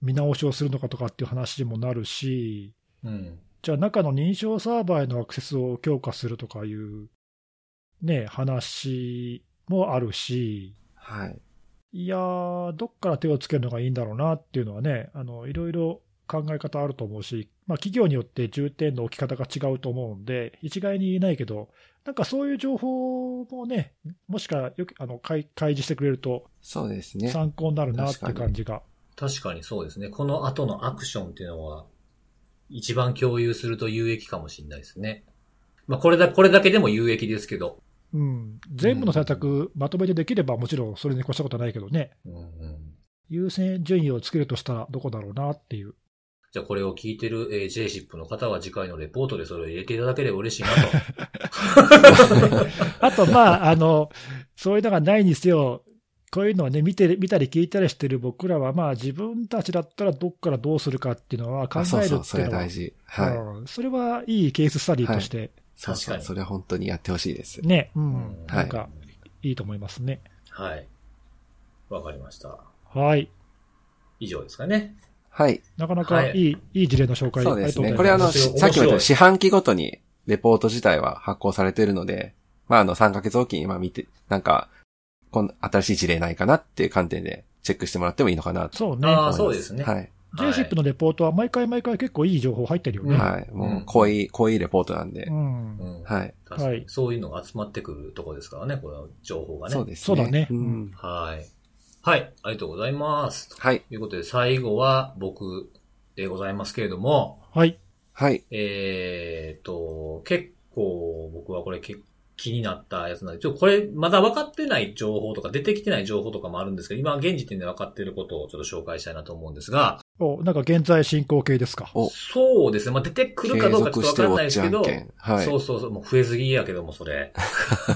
Speaker 2: 見直しをするのかとかっていう話にもなるし、
Speaker 1: うん。
Speaker 2: じゃあ中の認証サーバーへのアクセスを強化するとかいう、ね、話もあるし、
Speaker 3: はい。
Speaker 2: いやー、どっから手をつけるのがいいんだろうなっていうのはね、あのいろいろ考え方あると思うし、まあ、企業によって重点の置き方が違うと思うんで、一概に言えないけど、なんかそういう情報もね、もしかよくあの開開示してくれると
Speaker 3: そうですね。
Speaker 2: 参考になるなっていう感じが。
Speaker 1: 確かにそうですね。この後のアクションっていうのは、一番共有すると有益かもしれないですね。まあ、これだ、これだけでも有益ですけど。
Speaker 2: うん、全部の対策、まとめてできれば、もちろんそれに越したことはないけどね、
Speaker 1: うんうん、
Speaker 2: 優先順位をつけるとしたら、どこだろうなっていう、
Speaker 1: じゃあこれを聞いてる、えー J シップの方は次回のレポートでそれを入れていただければ嬉しいなと。
Speaker 3: <laughs>
Speaker 2: あと、まあ、あのそういうのがないにせよ、こういうのをね、見て見たり聞いたりしてる僕らは、まあ、自分たちだったらどっからどうするかっていうのは考
Speaker 3: あ
Speaker 2: え
Speaker 3: そう
Speaker 2: る
Speaker 3: そう、
Speaker 2: って
Speaker 3: そ
Speaker 2: いう
Speaker 3: れ
Speaker 2: のは
Speaker 3: 大事。はい。
Speaker 2: うんそれはいいケーススタディとして、
Speaker 3: 確
Speaker 1: 確か
Speaker 3: か
Speaker 1: に
Speaker 3: に、それ本当にやってほしいです。
Speaker 2: ね、う、
Speaker 1: うん
Speaker 3: はい
Speaker 2: なんかいいと思いますね。
Speaker 1: はい。わかりました。
Speaker 2: はい。
Speaker 1: 以上ですかね。
Speaker 3: はい。
Speaker 2: なかな
Speaker 1: は
Speaker 2: かい
Speaker 1: い
Speaker 2: い、い、い事例の紹介
Speaker 3: そうですね。
Speaker 2: ありがとう
Speaker 3: こ
Speaker 2: ご
Speaker 3: れ
Speaker 2: ざ
Speaker 3: あ
Speaker 2: いま
Speaker 3: の、
Speaker 2: す
Speaker 1: 面白い
Speaker 3: しさっきも言った四半期ごとにレポート自体は発行されているので、まああの、3ヶ月おきにまあ見て、なんか、この新しい事例ないかなっていう観点でチェックしてもらってもいいのかなと
Speaker 2: そうね。
Speaker 1: ああ、
Speaker 3: 思います。
Speaker 1: そうですね。
Speaker 3: はい。
Speaker 1: はい
Speaker 2: JSIP のレポートは毎回毎回結構いい情報入ってるよね。
Speaker 3: はい。もう、濃い、濃いレポートなんで
Speaker 2: う。ん。
Speaker 1: うん
Speaker 3: はい。
Speaker 1: 確か
Speaker 2: は
Speaker 1: に
Speaker 2: い
Speaker 1: そういうのが集まってくるとこですからね、この情報がね。
Speaker 3: そうですね。
Speaker 2: そうだね
Speaker 3: ん。
Speaker 1: はい。はい、ありがとうございます。と
Speaker 3: はい。
Speaker 1: いうことで、最後は僕でございますけれども、
Speaker 2: はい。
Speaker 3: はい。
Speaker 1: えーっと、結構僕はこれけ気になったやつなんで、ちょっとこれまだ分かってない情報とか出てきてない情報とかもあるんですけど、今現時点で分かっていることをちょっと紹介したいなと思うんですが、
Speaker 2: お、なんか現在進行形ですか。
Speaker 3: お
Speaker 1: そうですね、まあ、出てくるかどうかちょっと分からないですけど、
Speaker 3: 継続してウォッチ案件はい。
Speaker 1: そうそうそう、もう増えすぎやけども、それ。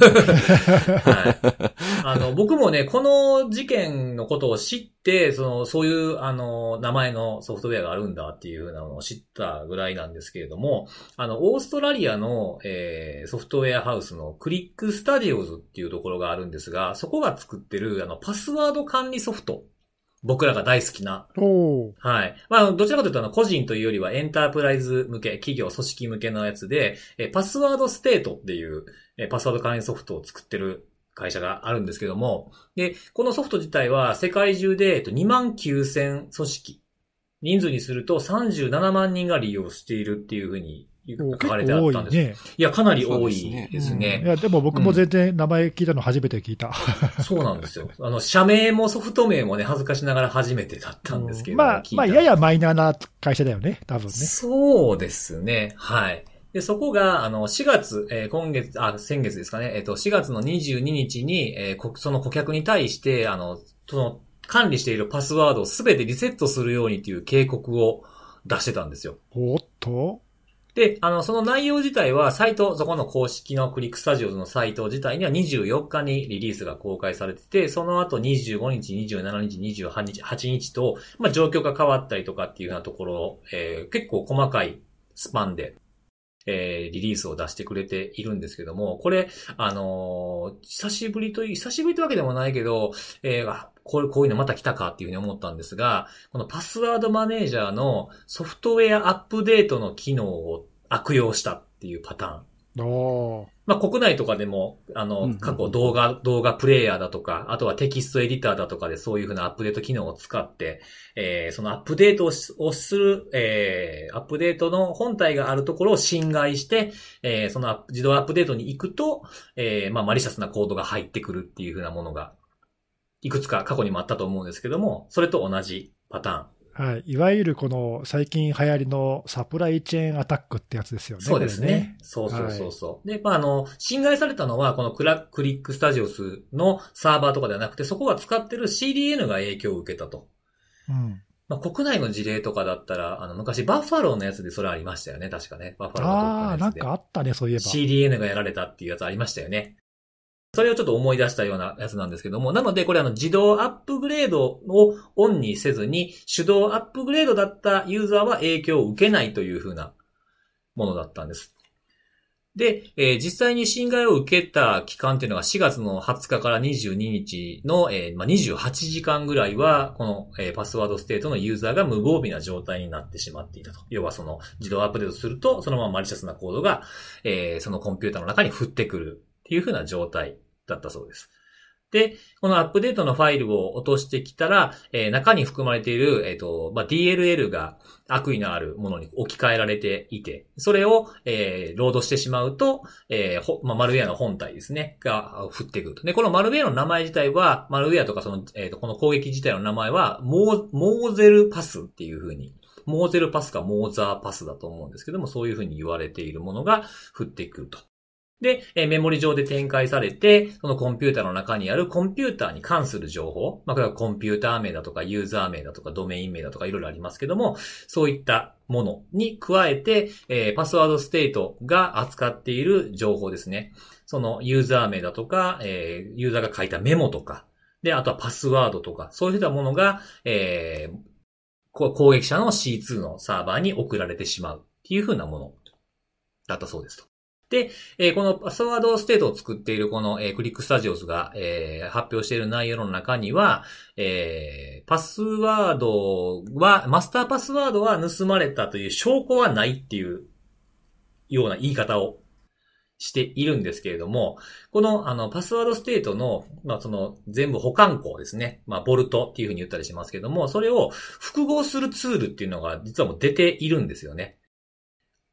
Speaker 1: はい。あの、僕もね、この事件のことを知って、その、そういう、あの、名前のソフトウェアがあるんだっていうふうなのを知ったぐらいなんですけれども、あの、オーストラリアの、えーソフトウェアハウスのクリックスタディオズっていうところがあるんですが、そこが作ってる、あの、パスワード管理ソフト。僕らが大好きな。
Speaker 2: <laughs> おー
Speaker 1: はい。まあ、どちらかというと、あの、個人というよりはエンタープライズ向け、企業、組織向けのやつで、えーパスワードステートっていう、えーパスワード管理ソフトを作ってる会社があるんですけども、で、このソフト自体は世界中で、えっと、2万9000組織、人数にすると37万人が利用しているっていうふうに
Speaker 2: お
Speaker 1: 書
Speaker 2: 結
Speaker 1: かれてあったん
Speaker 2: 構
Speaker 1: です
Speaker 2: 多いね。
Speaker 1: いや、かなり
Speaker 3: そう
Speaker 1: 多
Speaker 3: です
Speaker 1: い
Speaker 3: ね
Speaker 1: です
Speaker 2: うんい
Speaker 1: ね。
Speaker 2: や、でも僕も全然名前聞いたの初めて聞いた。
Speaker 1: そうなんですよ。あの、社名もソフト名もね、恥ずかしながら初めてだったんですけども、
Speaker 2: まあ
Speaker 1: 聞、い
Speaker 2: ま
Speaker 1: た
Speaker 2: あ、
Speaker 1: ら
Speaker 2: ややマイナーな会社だよね、多分ね。
Speaker 1: そうですね。はい。で、そこが、あの、4月、えー今月、あ、先月ですかね、えっ、と、4月の22日に、えーこその顧客に対して、あの、その、管理しているパスワードをすべてリセットするようにという警告を出してたんですよ。
Speaker 2: おっと
Speaker 1: で、あの、その内容自体は、サイト、そこの公式のクリックスタジオズのサイト自体には24日にリリースが公開されてて、その後25日、27日、28日、8日と、まあ、状況が変わったりとかっていうようなところ、えー結構細かいスパンで、えーリリースを出してくれているんですけども、これ、あのー久しぶりという、久しぶりというわけでもないけど、えーあこれ、こういうのまた来たかっていうふうに思ったんですが、このパスワードマネージャーのソフトウェアアップデートの機能を悪用したっていうパターン。
Speaker 2: おー
Speaker 1: まあ、国内とかでも、あ
Speaker 3: うんうん
Speaker 1: の
Speaker 3: う、ん
Speaker 1: 過去動画、動画プレイヤーだとか、あとはテキストエディターだとかでそういうふうなアップデート機能を使って、えーそのアップデートをしをする、えーアップデートの本体があるところを侵害して、えーそのアップ自動アップデートに行くと、えーまあ、マリシャスなコードが入ってくるっていうふうなものが、いくつか過去にもあったと思うんですけども、それと同じパターン。
Speaker 2: はい、いわゆるこの最近流行りのサプライチェーンアタックってやつですよね、
Speaker 1: そうですね。
Speaker 2: これね
Speaker 1: そうそうそうそう。で、まあ、あの、侵害されたのは、このクラクリックスタジオスのサーバーとかではなくて、そこが使ってる CDN が影響を受けたと。
Speaker 2: うん、
Speaker 1: まあ、国内の事例とかだったら、あの、昔バッファローのやつでそれありましたよね、確かね。バッファローの
Speaker 2: ああ、
Speaker 1: どっかのや
Speaker 2: なん
Speaker 1: つで
Speaker 2: かあったね、そういえば。
Speaker 1: CDN がやられたっていうやつありましたよね。それをちょっと思い出したようなやつなんですけども、なのでこれあの自動アップグレードをオンにせずに、手動アップグレードだったユーザーは影響を受けないというふうなものだったんです。で、えー実際に侵害を受けた期間っていうのが4月の20日から22日の、えーまあ、28時間ぐらいは、この、えーパスワードステートのユーザーが無防備な状態になってしまっていたと。要はその自動アップデートすると、そのままマリシャスなコードがえーそのコンピューターの中に降ってくるっていう風な状態だったそうです。で、このアップデートのファイルを落としてきたら、えー中に含まれている、えっ、と、まあ、DLL が悪意のあるものに置き換えられていて、それを、えーロードしてしまうと、えーほまあ、マルウェアの本体ですね、が降ってくると。で、このマルウェアの名前自体は、マルウェアとかその、えっ、と、この攻撃自体の名前は、モーモーゼルパスっていう風に、モーゼルパスかモーザーパスだと思うんですけども、そういうふうに言われているものが降ってくると。で、えーメモリ上で展開されて、そのコンピューターの中にあるコンピューターに関する情報、まあ、これはコンピューター名だとか、ユーザー名だとか、ドメイン名だとか、いろいろありますけども、そういったものに加えて、えーパスワードステートが扱っている情報ですね。そのユーザー名だとか、えーユーザーが書いたメモとか、で、あとはパスワードとか、そういったものが、えーこう攻撃者の C2 のサーバーに送られてしまうっていう風なものだったそうですと。で、えーこのパスワードステートを作っているこの、えークリックスタジオズが、えー発表している内容の中には、えーパスワードは、マスターパスワードは盗まれたという証拠はないっていうような言い方をしているんですけれども、この、あの、パスワードステートの、まあ、その、全部保管庫ですね。まあ、ボルトっていうふうに言ったりしますけども、それを複合するツールっていうのが、実はもう出ているんですよね。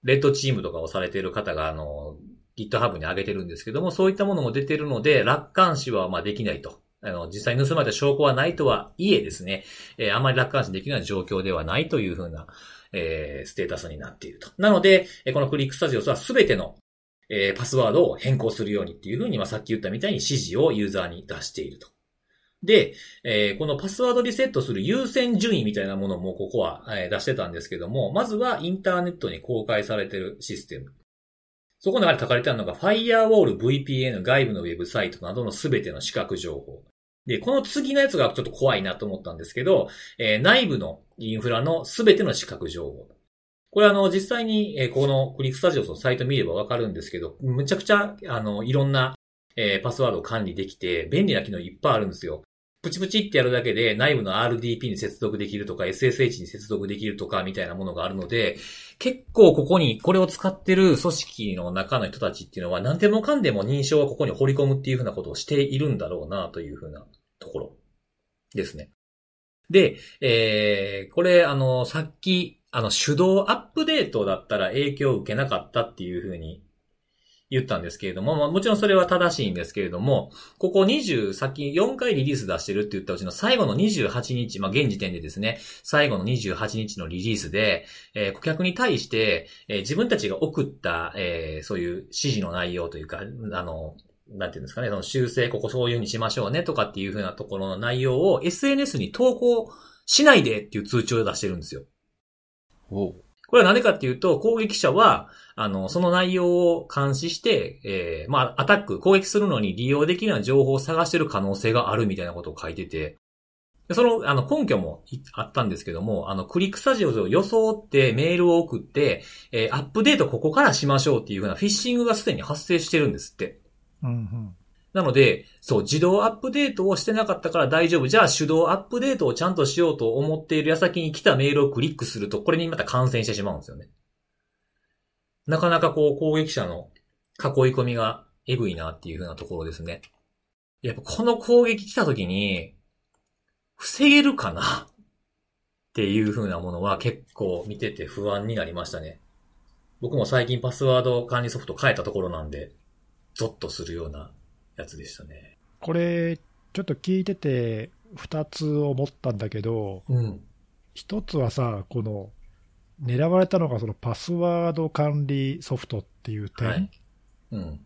Speaker 1: レッドチームとかをされている方が、あの、GitHub に上げてるんですけども、そういったものも出てるので、楽観視は、まあ、できないと。あの、実際に盗まれた証拠はないとはいえですね、えーあまり楽観視できない状況ではないというふうな、えーステータスになっていると。なので、えーこのクリックスタジオスは全てのえーパスワードを変更するようにっていうふうに、まあ、さっき言ったみたいに指示をユーザーに出していると。で、えーこのパスワードリセットする優先順位みたいなものもここは、えー出してたんですけども、まずはインターネットに公開されているシステム。そこの中で書かれてあるのが、Firewall、VPN、外部のウェブサイトなどのすべての視覚情報。で、この次のやつがちょっと怖いなと思ったんですけど、えー内部のインフラのすべての視覚情報。これあの、実際に、えーこのクリックスタジオのサイト見ればわかるんですけど、むちゃくちゃ、あの、いろんな、えーパスワードを管理できて、便利な機能いっぱいあるんですよ。プチプチってやるだけで、内部の RDP に接続できるとか、SSH に接続できるとか、みたいなものがあるので、結構ここに、これを使ってる組織の中の人たちっていうのは、何でもかんでも認証はここに掘り込むっていうふうなことをしているんだろうな、というふうなところですね。で、えー、これ、あの、さっき、あの、手動アップデートだったら影響を受けなかったっていうふうに言ったんですけれども、まあもちろんそれは正しいんですけれども、ここ20、さっき4回リリース出してるって言ったうちの最後の28日、まあ現時点でですね、最後の28日のリリースで、えー顧客に対して、えー自分たちが送った、えーそういう指示の内容というか、あの、なんていうんですかね、その修正、ここそういうふうにしましょうねとかっていうふうなところの内容を SNS に投稿しないでっていう通知を出してるんですよ。
Speaker 3: おう
Speaker 1: これはなぜかっていうと、攻撃者は、あの、その内容を監視して、えーまあ、アタック、攻撃するのに利用できるような情報を探してる可能性があるみたいなことを書いてて、でその、あの、根拠もいあったんですけども、あの、クリックスタジオを装ってメールを送って、えーアップデートここからしましょうっていうふうなフィッシングがすでに発生してるんですって。
Speaker 2: うんうん
Speaker 1: なので、そう、自動アップデートをしてなかったから大丈夫。じゃあ手動アップデートをちゃんとしようと思っている矢先に来たメールをクリックすると、これにまた感染してしまうんですよね。なかなかこう、攻撃者の囲い込みがエグいなっていう風なところですね。やっぱこの攻撃来た時に、防げるかなっていう風なものは結構見てて不安になりましたね。僕も最近パスワード管理ソフト変えたところなんで、ゾッとするようなやつでしたね。
Speaker 2: これ、ちょっと聞いてて、2つ思ったんだけど、
Speaker 1: うん。
Speaker 2: 1つはさ、この狙われたのがそのパスワード管理ソフトっていう点、
Speaker 1: はい。うん。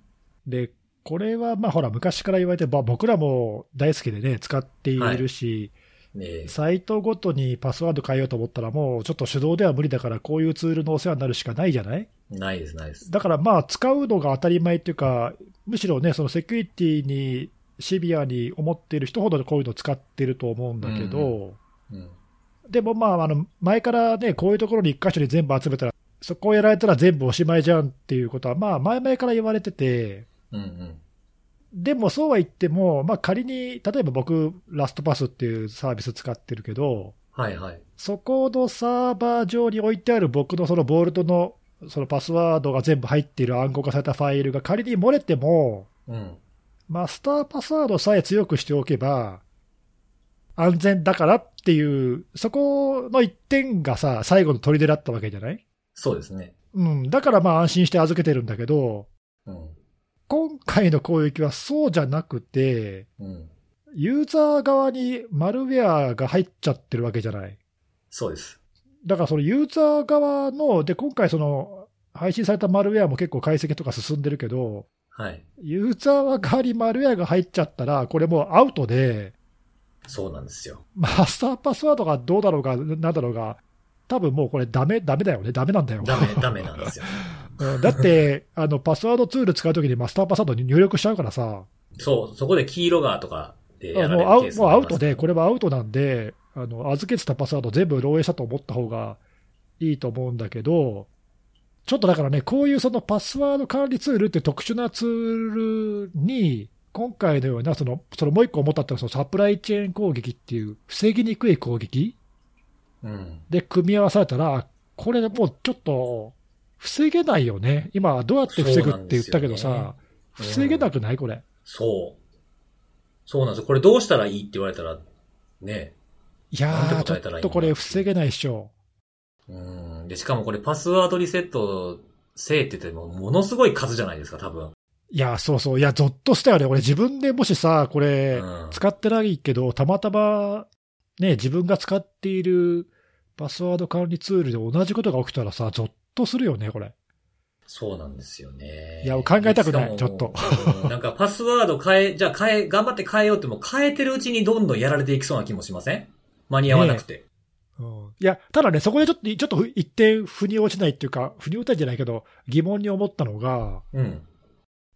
Speaker 2: でこれはまあほら、昔から言われて、まあ僕らも大好きでね、使っているし、
Speaker 1: ねえ。
Speaker 2: サイトごとにパスワード変えようと思ったら、もうちょっと手動では無理だから、こういうツールのお世話になるしかないじゃない
Speaker 1: ないです、ないです。
Speaker 2: だからまあ、使うのが当たり前っていうか、むしろね、そのセキュリティにシビアに思っている人ほどこういうの使ってると思うんだけど、
Speaker 1: うん。
Speaker 2: でもまあ、あの前からね、こういうところに一箇所に全部集めたら、そこをやられたら全部おしまいじゃんっていうことは、まあ、前々から言われてて、
Speaker 1: うん
Speaker 2: でもそうは言っても、まあ、仮に、例えば僕、ラストパスっていうサービス使ってるけど、
Speaker 1: うん。はいはい。
Speaker 2: そこのサーバー上に置いてある僕のそのボールドのそのパスワードが全部入っている暗号化されたファイルが仮に漏れても、
Speaker 1: うん。
Speaker 2: マスターパスワードさえ強くしておけば、安全だからっていう、そこの一点がさ、最後の砦だったわけじゃない
Speaker 1: そうですね。
Speaker 2: うん、だからまあ安心して預けてるんだけど、
Speaker 1: うん。
Speaker 2: 今回の攻撃はそうじゃなくて、
Speaker 1: うん。
Speaker 2: ユーザー側にマルウェアが入っちゃってるわけじゃない。
Speaker 1: そうです。
Speaker 2: だからそのユーザー側の、で、今回その、配信されたマルウェアも結構解析とか進んでるけど、
Speaker 1: はい。
Speaker 2: ユーザー側にマルウェアが入っちゃったら、これもうアウトで、
Speaker 1: そうなんです
Speaker 2: <laughs>
Speaker 1: よ。
Speaker 2: マスターパスワードがどうだろうが、なんだろうが、多分もうこれダメ、ダメだよね。ダメなんだよ。
Speaker 1: ダメ、ダメなんですよ。
Speaker 2: うんだって、あの、パスワードツール使うときにマスターパスワードに入力しちゃうからさ、
Speaker 1: そう、そこで黄色がとかでやら
Speaker 2: もう
Speaker 1: れる
Speaker 2: ア
Speaker 1: ケー
Speaker 2: ウ
Speaker 1: ス
Speaker 2: もう
Speaker 1: も
Speaker 2: ア
Speaker 1: あ
Speaker 2: ウ
Speaker 1: ります
Speaker 2: トで、これはアウトなんで、あの、預けてたパスワード全部漏洩したと思った方がいいと思うんだけど、ちょっとだからね、こういうそのパスワード管理ツールっていう特殊なツールに、今回のような、その、そのもう一個思ったってのはそのサプライチェーン攻撃っていう、防ぎにくい攻撃
Speaker 1: うん。
Speaker 2: で組み合わされたら、これもうちょっと、防げないよね。今、どうやって防ぐって言ったけど
Speaker 1: そうなん
Speaker 2: さ、
Speaker 1: すよね
Speaker 2: 防げなくないこれ。
Speaker 1: そう。そうなんですよ。これどうしたらいいって言われたら、ね。
Speaker 2: いや
Speaker 1: なん
Speaker 2: ー、
Speaker 1: て答えた
Speaker 2: ちょ
Speaker 1: らい
Speaker 2: っ
Speaker 1: いの
Speaker 2: とこれ防げないっしょ。
Speaker 1: うん。で、しかもこれパスワードリセットせいって言っても、ものすごい数じゃないですか、多分。
Speaker 2: いやー、そうそう。いや、ゾッとしたよね。俺自分でもしさ、こ
Speaker 1: う
Speaker 2: れ、
Speaker 1: ん。
Speaker 2: 使ってないけど、たまたま、ね、自分が使っているパスワード管理ツールで同じことが起きたらさ、ゾッとするよね、これ。
Speaker 1: そうなんですよね。
Speaker 2: いや考えたくない
Speaker 1: でしかも
Speaker 2: ちょっ。
Speaker 1: うんなんかパスワード変え、 <laughs> じゃあ変え、頑張って変えようっても変えてるうちにどんどんやられていきそうな気もしません間に合わなくて。
Speaker 2: うんいや、ただね、そこでちょっと、ちょっとふ一点、腑に落ちないっていうか、腑に落ちないんじゃないけど、疑問に思ったのが、
Speaker 1: うん。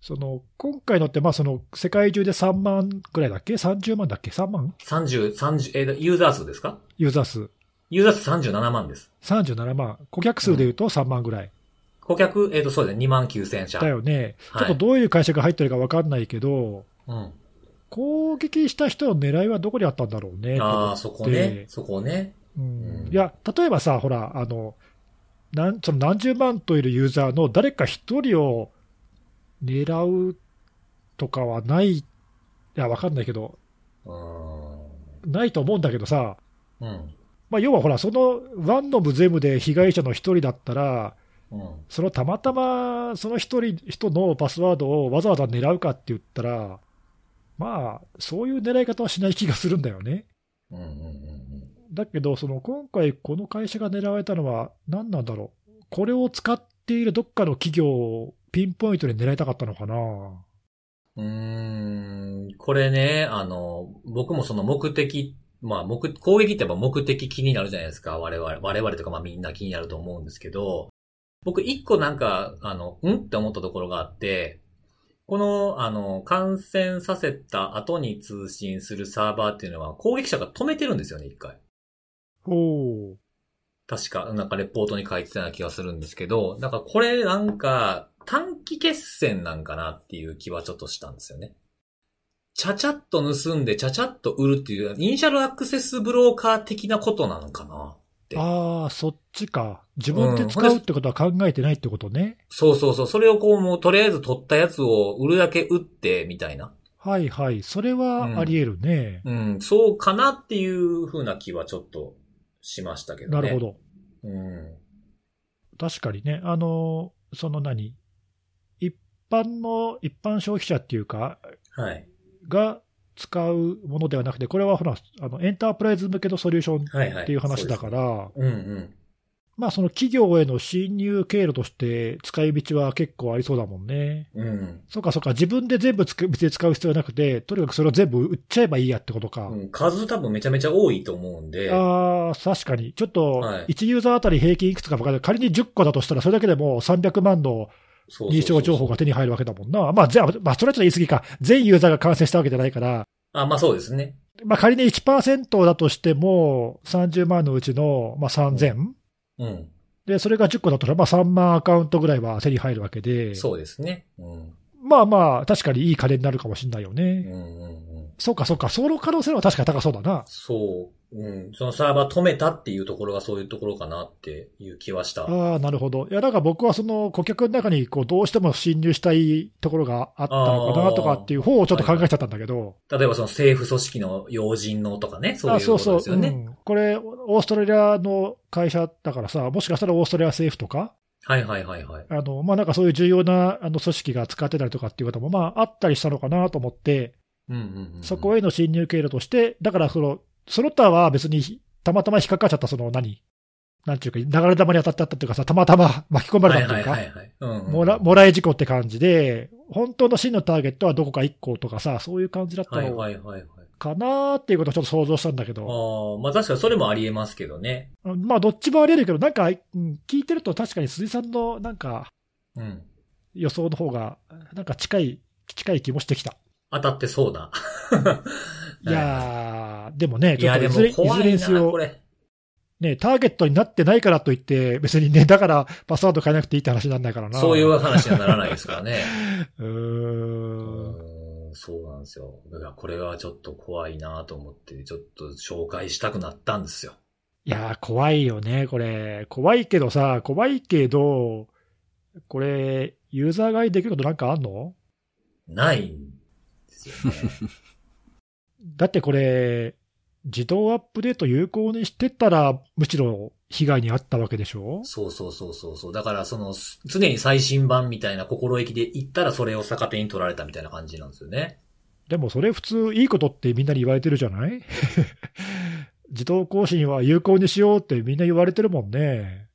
Speaker 2: その、今回のって、まあ、その、世界中で3万くらいだっけ ?30 万だっけ ?3 万
Speaker 1: 30、30、えー、ユーザー数ですか
Speaker 2: ユーザー数。
Speaker 1: ユーザー数37万です。
Speaker 2: 37万。顧客数で言うと3万ぐらい。
Speaker 1: 顧客、えっ、と、そうですね、2万9000社。
Speaker 2: だよね。ちょ
Speaker 1: はい
Speaker 2: っとどういう会社が入ってるか分かんないけど、
Speaker 1: うん。
Speaker 2: 攻撃した人の狙いはどこにあったんだろうね。
Speaker 1: ああ、そこね。そこね。
Speaker 2: うん
Speaker 1: うん
Speaker 2: いや、例えばさ、ほら、あの、なんその何十万といるユーザーの誰か一人を狙うとかはない、いや、わかんないけど、
Speaker 1: うーん。
Speaker 2: ないと思うんだけどさ、
Speaker 1: うん。
Speaker 2: まあ、要はほら、そのワンのムゼムで被害者の一人だったら、
Speaker 1: うん。
Speaker 2: そのたまたまその一人人のパスワードをわざわざ狙うかって言ったら、まあ、そういう狙い方はしない気がするんだよね。
Speaker 1: うん。うん。うん
Speaker 2: だけど、その今回、この会社が狙われたのは、何なんだろう、これを使っているどっかの企業をピンポイントで狙いたかったのかな。
Speaker 1: うーん。これね、あの、僕もその目的、まあ、目、攻撃ってやっぱ目的気になるじゃないですか。我々、我々とかまあみんな気になると思うんですけど、僕一個なんか、あの、うんって思ったところがあって、この、あの、感染させた後に通信するサーバーっていうのは攻撃者が止めてるんですよね、一回。
Speaker 2: ほう、
Speaker 1: 確か、なんかレポートに書いてたような気がするんですけど、なんかこれなんか短期決戦なんかなっていう気はちょっとしたんですよね。ちゃちゃっと盗んでちゃちゃっと売るっていう、イニシャルアクセスブローカー的なことなのかなで
Speaker 2: ああ、そっちか、自分で使うってことは考えてないってことね。
Speaker 1: そうそうそう。それをこうもうとりあえず取ったやつを売るだけ売って、みたいな。
Speaker 2: はいはい、それはあり得るね。
Speaker 1: うん、そうかなっていう風な気はちょっとしましたけど
Speaker 2: な
Speaker 1: ね。
Speaker 2: るほ
Speaker 1: ど。
Speaker 2: ど、
Speaker 1: うん。
Speaker 2: 確かにね、あのその何、一般の一般消費者っていうか、
Speaker 1: はい。
Speaker 2: が使うものではなくて、これはほらあのエンタープライズ向けのソリューション
Speaker 1: はいはい。
Speaker 2: っていう話だから。
Speaker 1: そうですね。うん
Speaker 2: まあ、その企業への侵入経路として使い道は結構ありそうだもんね。
Speaker 1: うん。うん。
Speaker 2: そうかそうか、自分で全部つく別に使う必要はなくて、とにかくそれを全部売っちゃえばいいやってことか。
Speaker 1: うん、数多分めちゃめちゃ多いと思うんで、
Speaker 2: ああ、確かに。ちょっと
Speaker 1: はい、
Speaker 2: 1ユーザーあたり平均いくつか分かる。仮に10個だとしたら、それだけでもう300万の
Speaker 1: そうそうそう
Speaker 2: 認証情報が手に入るわけだもんな。まあ、じゃあ、まあ、それはちょっと言い過ぎか。全ユーザーが感染したわけじゃないから、
Speaker 1: あ、まあそうですね。
Speaker 2: まあ、仮に1%だとしても、30万のうちの、まあ、3000。
Speaker 1: うん。
Speaker 2: で、それが10個だとしたら、まあ、3万アカウントぐらいは手に入るわけで。
Speaker 1: そうですね。うん。
Speaker 2: まあまあ、確かにいい金になるかもしれないよ
Speaker 1: う
Speaker 2: ね。
Speaker 1: んうんうん。
Speaker 2: そうか、そうか、その可能性は確かに高そうだな。
Speaker 1: そう。うん。そのサーバー止めたっていうところがそういうところかなっていう気はした。
Speaker 2: ああ、なるほど。いや、なんか僕はその顧客の中にこうどうしても侵入したいところがあったのかなとかっていう方をちょっと考えちゃったんだけど、
Speaker 1: 例えばその政府組織の要人のとかね、そう
Speaker 2: あ
Speaker 1: いうことですよね。
Speaker 2: んこれ、オーストラリアの会社だからさ、もしかしたらオーストラリア政府とか、
Speaker 1: はいはいはいはい。
Speaker 2: あのまあ、なんかそういう重要なあの組織が使ってたりとかっていうことも、まあ、あったりしたのかなと思って、
Speaker 1: うんうん、うん。
Speaker 2: そこへの侵入経路として、だからその、その他は別にひたまたま引っかかっちゃった、その何、なんていうか、流れ玉に当たってあったというかさ、たまたま巻き込まれ
Speaker 1: は
Speaker 2: た
Speaker 1: い
Speaker 2: って
Speaker 1: は
Speaker 2: いう
Speaker 1: い
Speaker 2: か
Speaker 1: は、いはい。うんうん
Speaker 2: もら、もらい事故って感じで、本当の真のターゲットはどこか1個とかさ、そういう感じだった
Speaker 1: はい
Speaker 2: の
Speaker 1: はいはいはい。
Speaker 2: かなーっていうことをちょっと想像したんだけど、
Speaker 1: ああ、まあ確かにそれもありえますけどね。
Speaker 2: まあどっちもあり得るけど、なんか、うん聞いてると確かに辻さんのなんか
Speaker 1: うん。
Speaker 2: 予想の方が、なんか近い、近い気もしてきた。
Speaker 1: 当たってそうだ。
Speaker 2: いやー、でも
Speaker 1: <laughs>
Speaker 2: ね、
Speaker 1: い
Speaker 2: ちょっ
Speaker 1: やで
Speaker 2: とい
Speaker 1: も
Speaker 2: ずれいず
Speaker 1: 怖
Speaker 2: れ
Speaker 1: い
Speaker 2: にせ
Speaker 1: な、
Speaker 2: よ
Speaker 1: こ、れ。
Speaker 2: ね、ターゲットになってないからといって、別にね、 <laughs> だからパスワード変えなくていいって話にならないからな。
Speaker 1: そういう話にはならないですからね。
Speaker 2: う
Speaker 1: う
Speaker 2: ー
Speaker 1: ー
Speaker 2: ん。
Speaker 1: ん、そうなんですよ。だからこれはちょっと怖いなと思って、ちょっと紹介したくなったんですよ。
Speaker 2: いやー、怖いよね、これ。怖いけどさ、怖いけど、これ、ユーザー買いできることなんかあんの
Speaker 1: ないんですよね。
Speaker 2: だってこれ、自動アップデート有効にしてたら、むしろ被害に遭ったわけでしょ
Speaker 1: そうそうそうそうそう。だからその、す常に最新版みたいな心意気で行ったらそれを逆手に取られたみたいな感じなんですよね。
Speaker 2: でもそれ普通いいことってみんなに言われてるじゃない <laughs> 自動更新は有効にしようってみんな言われてるもんね。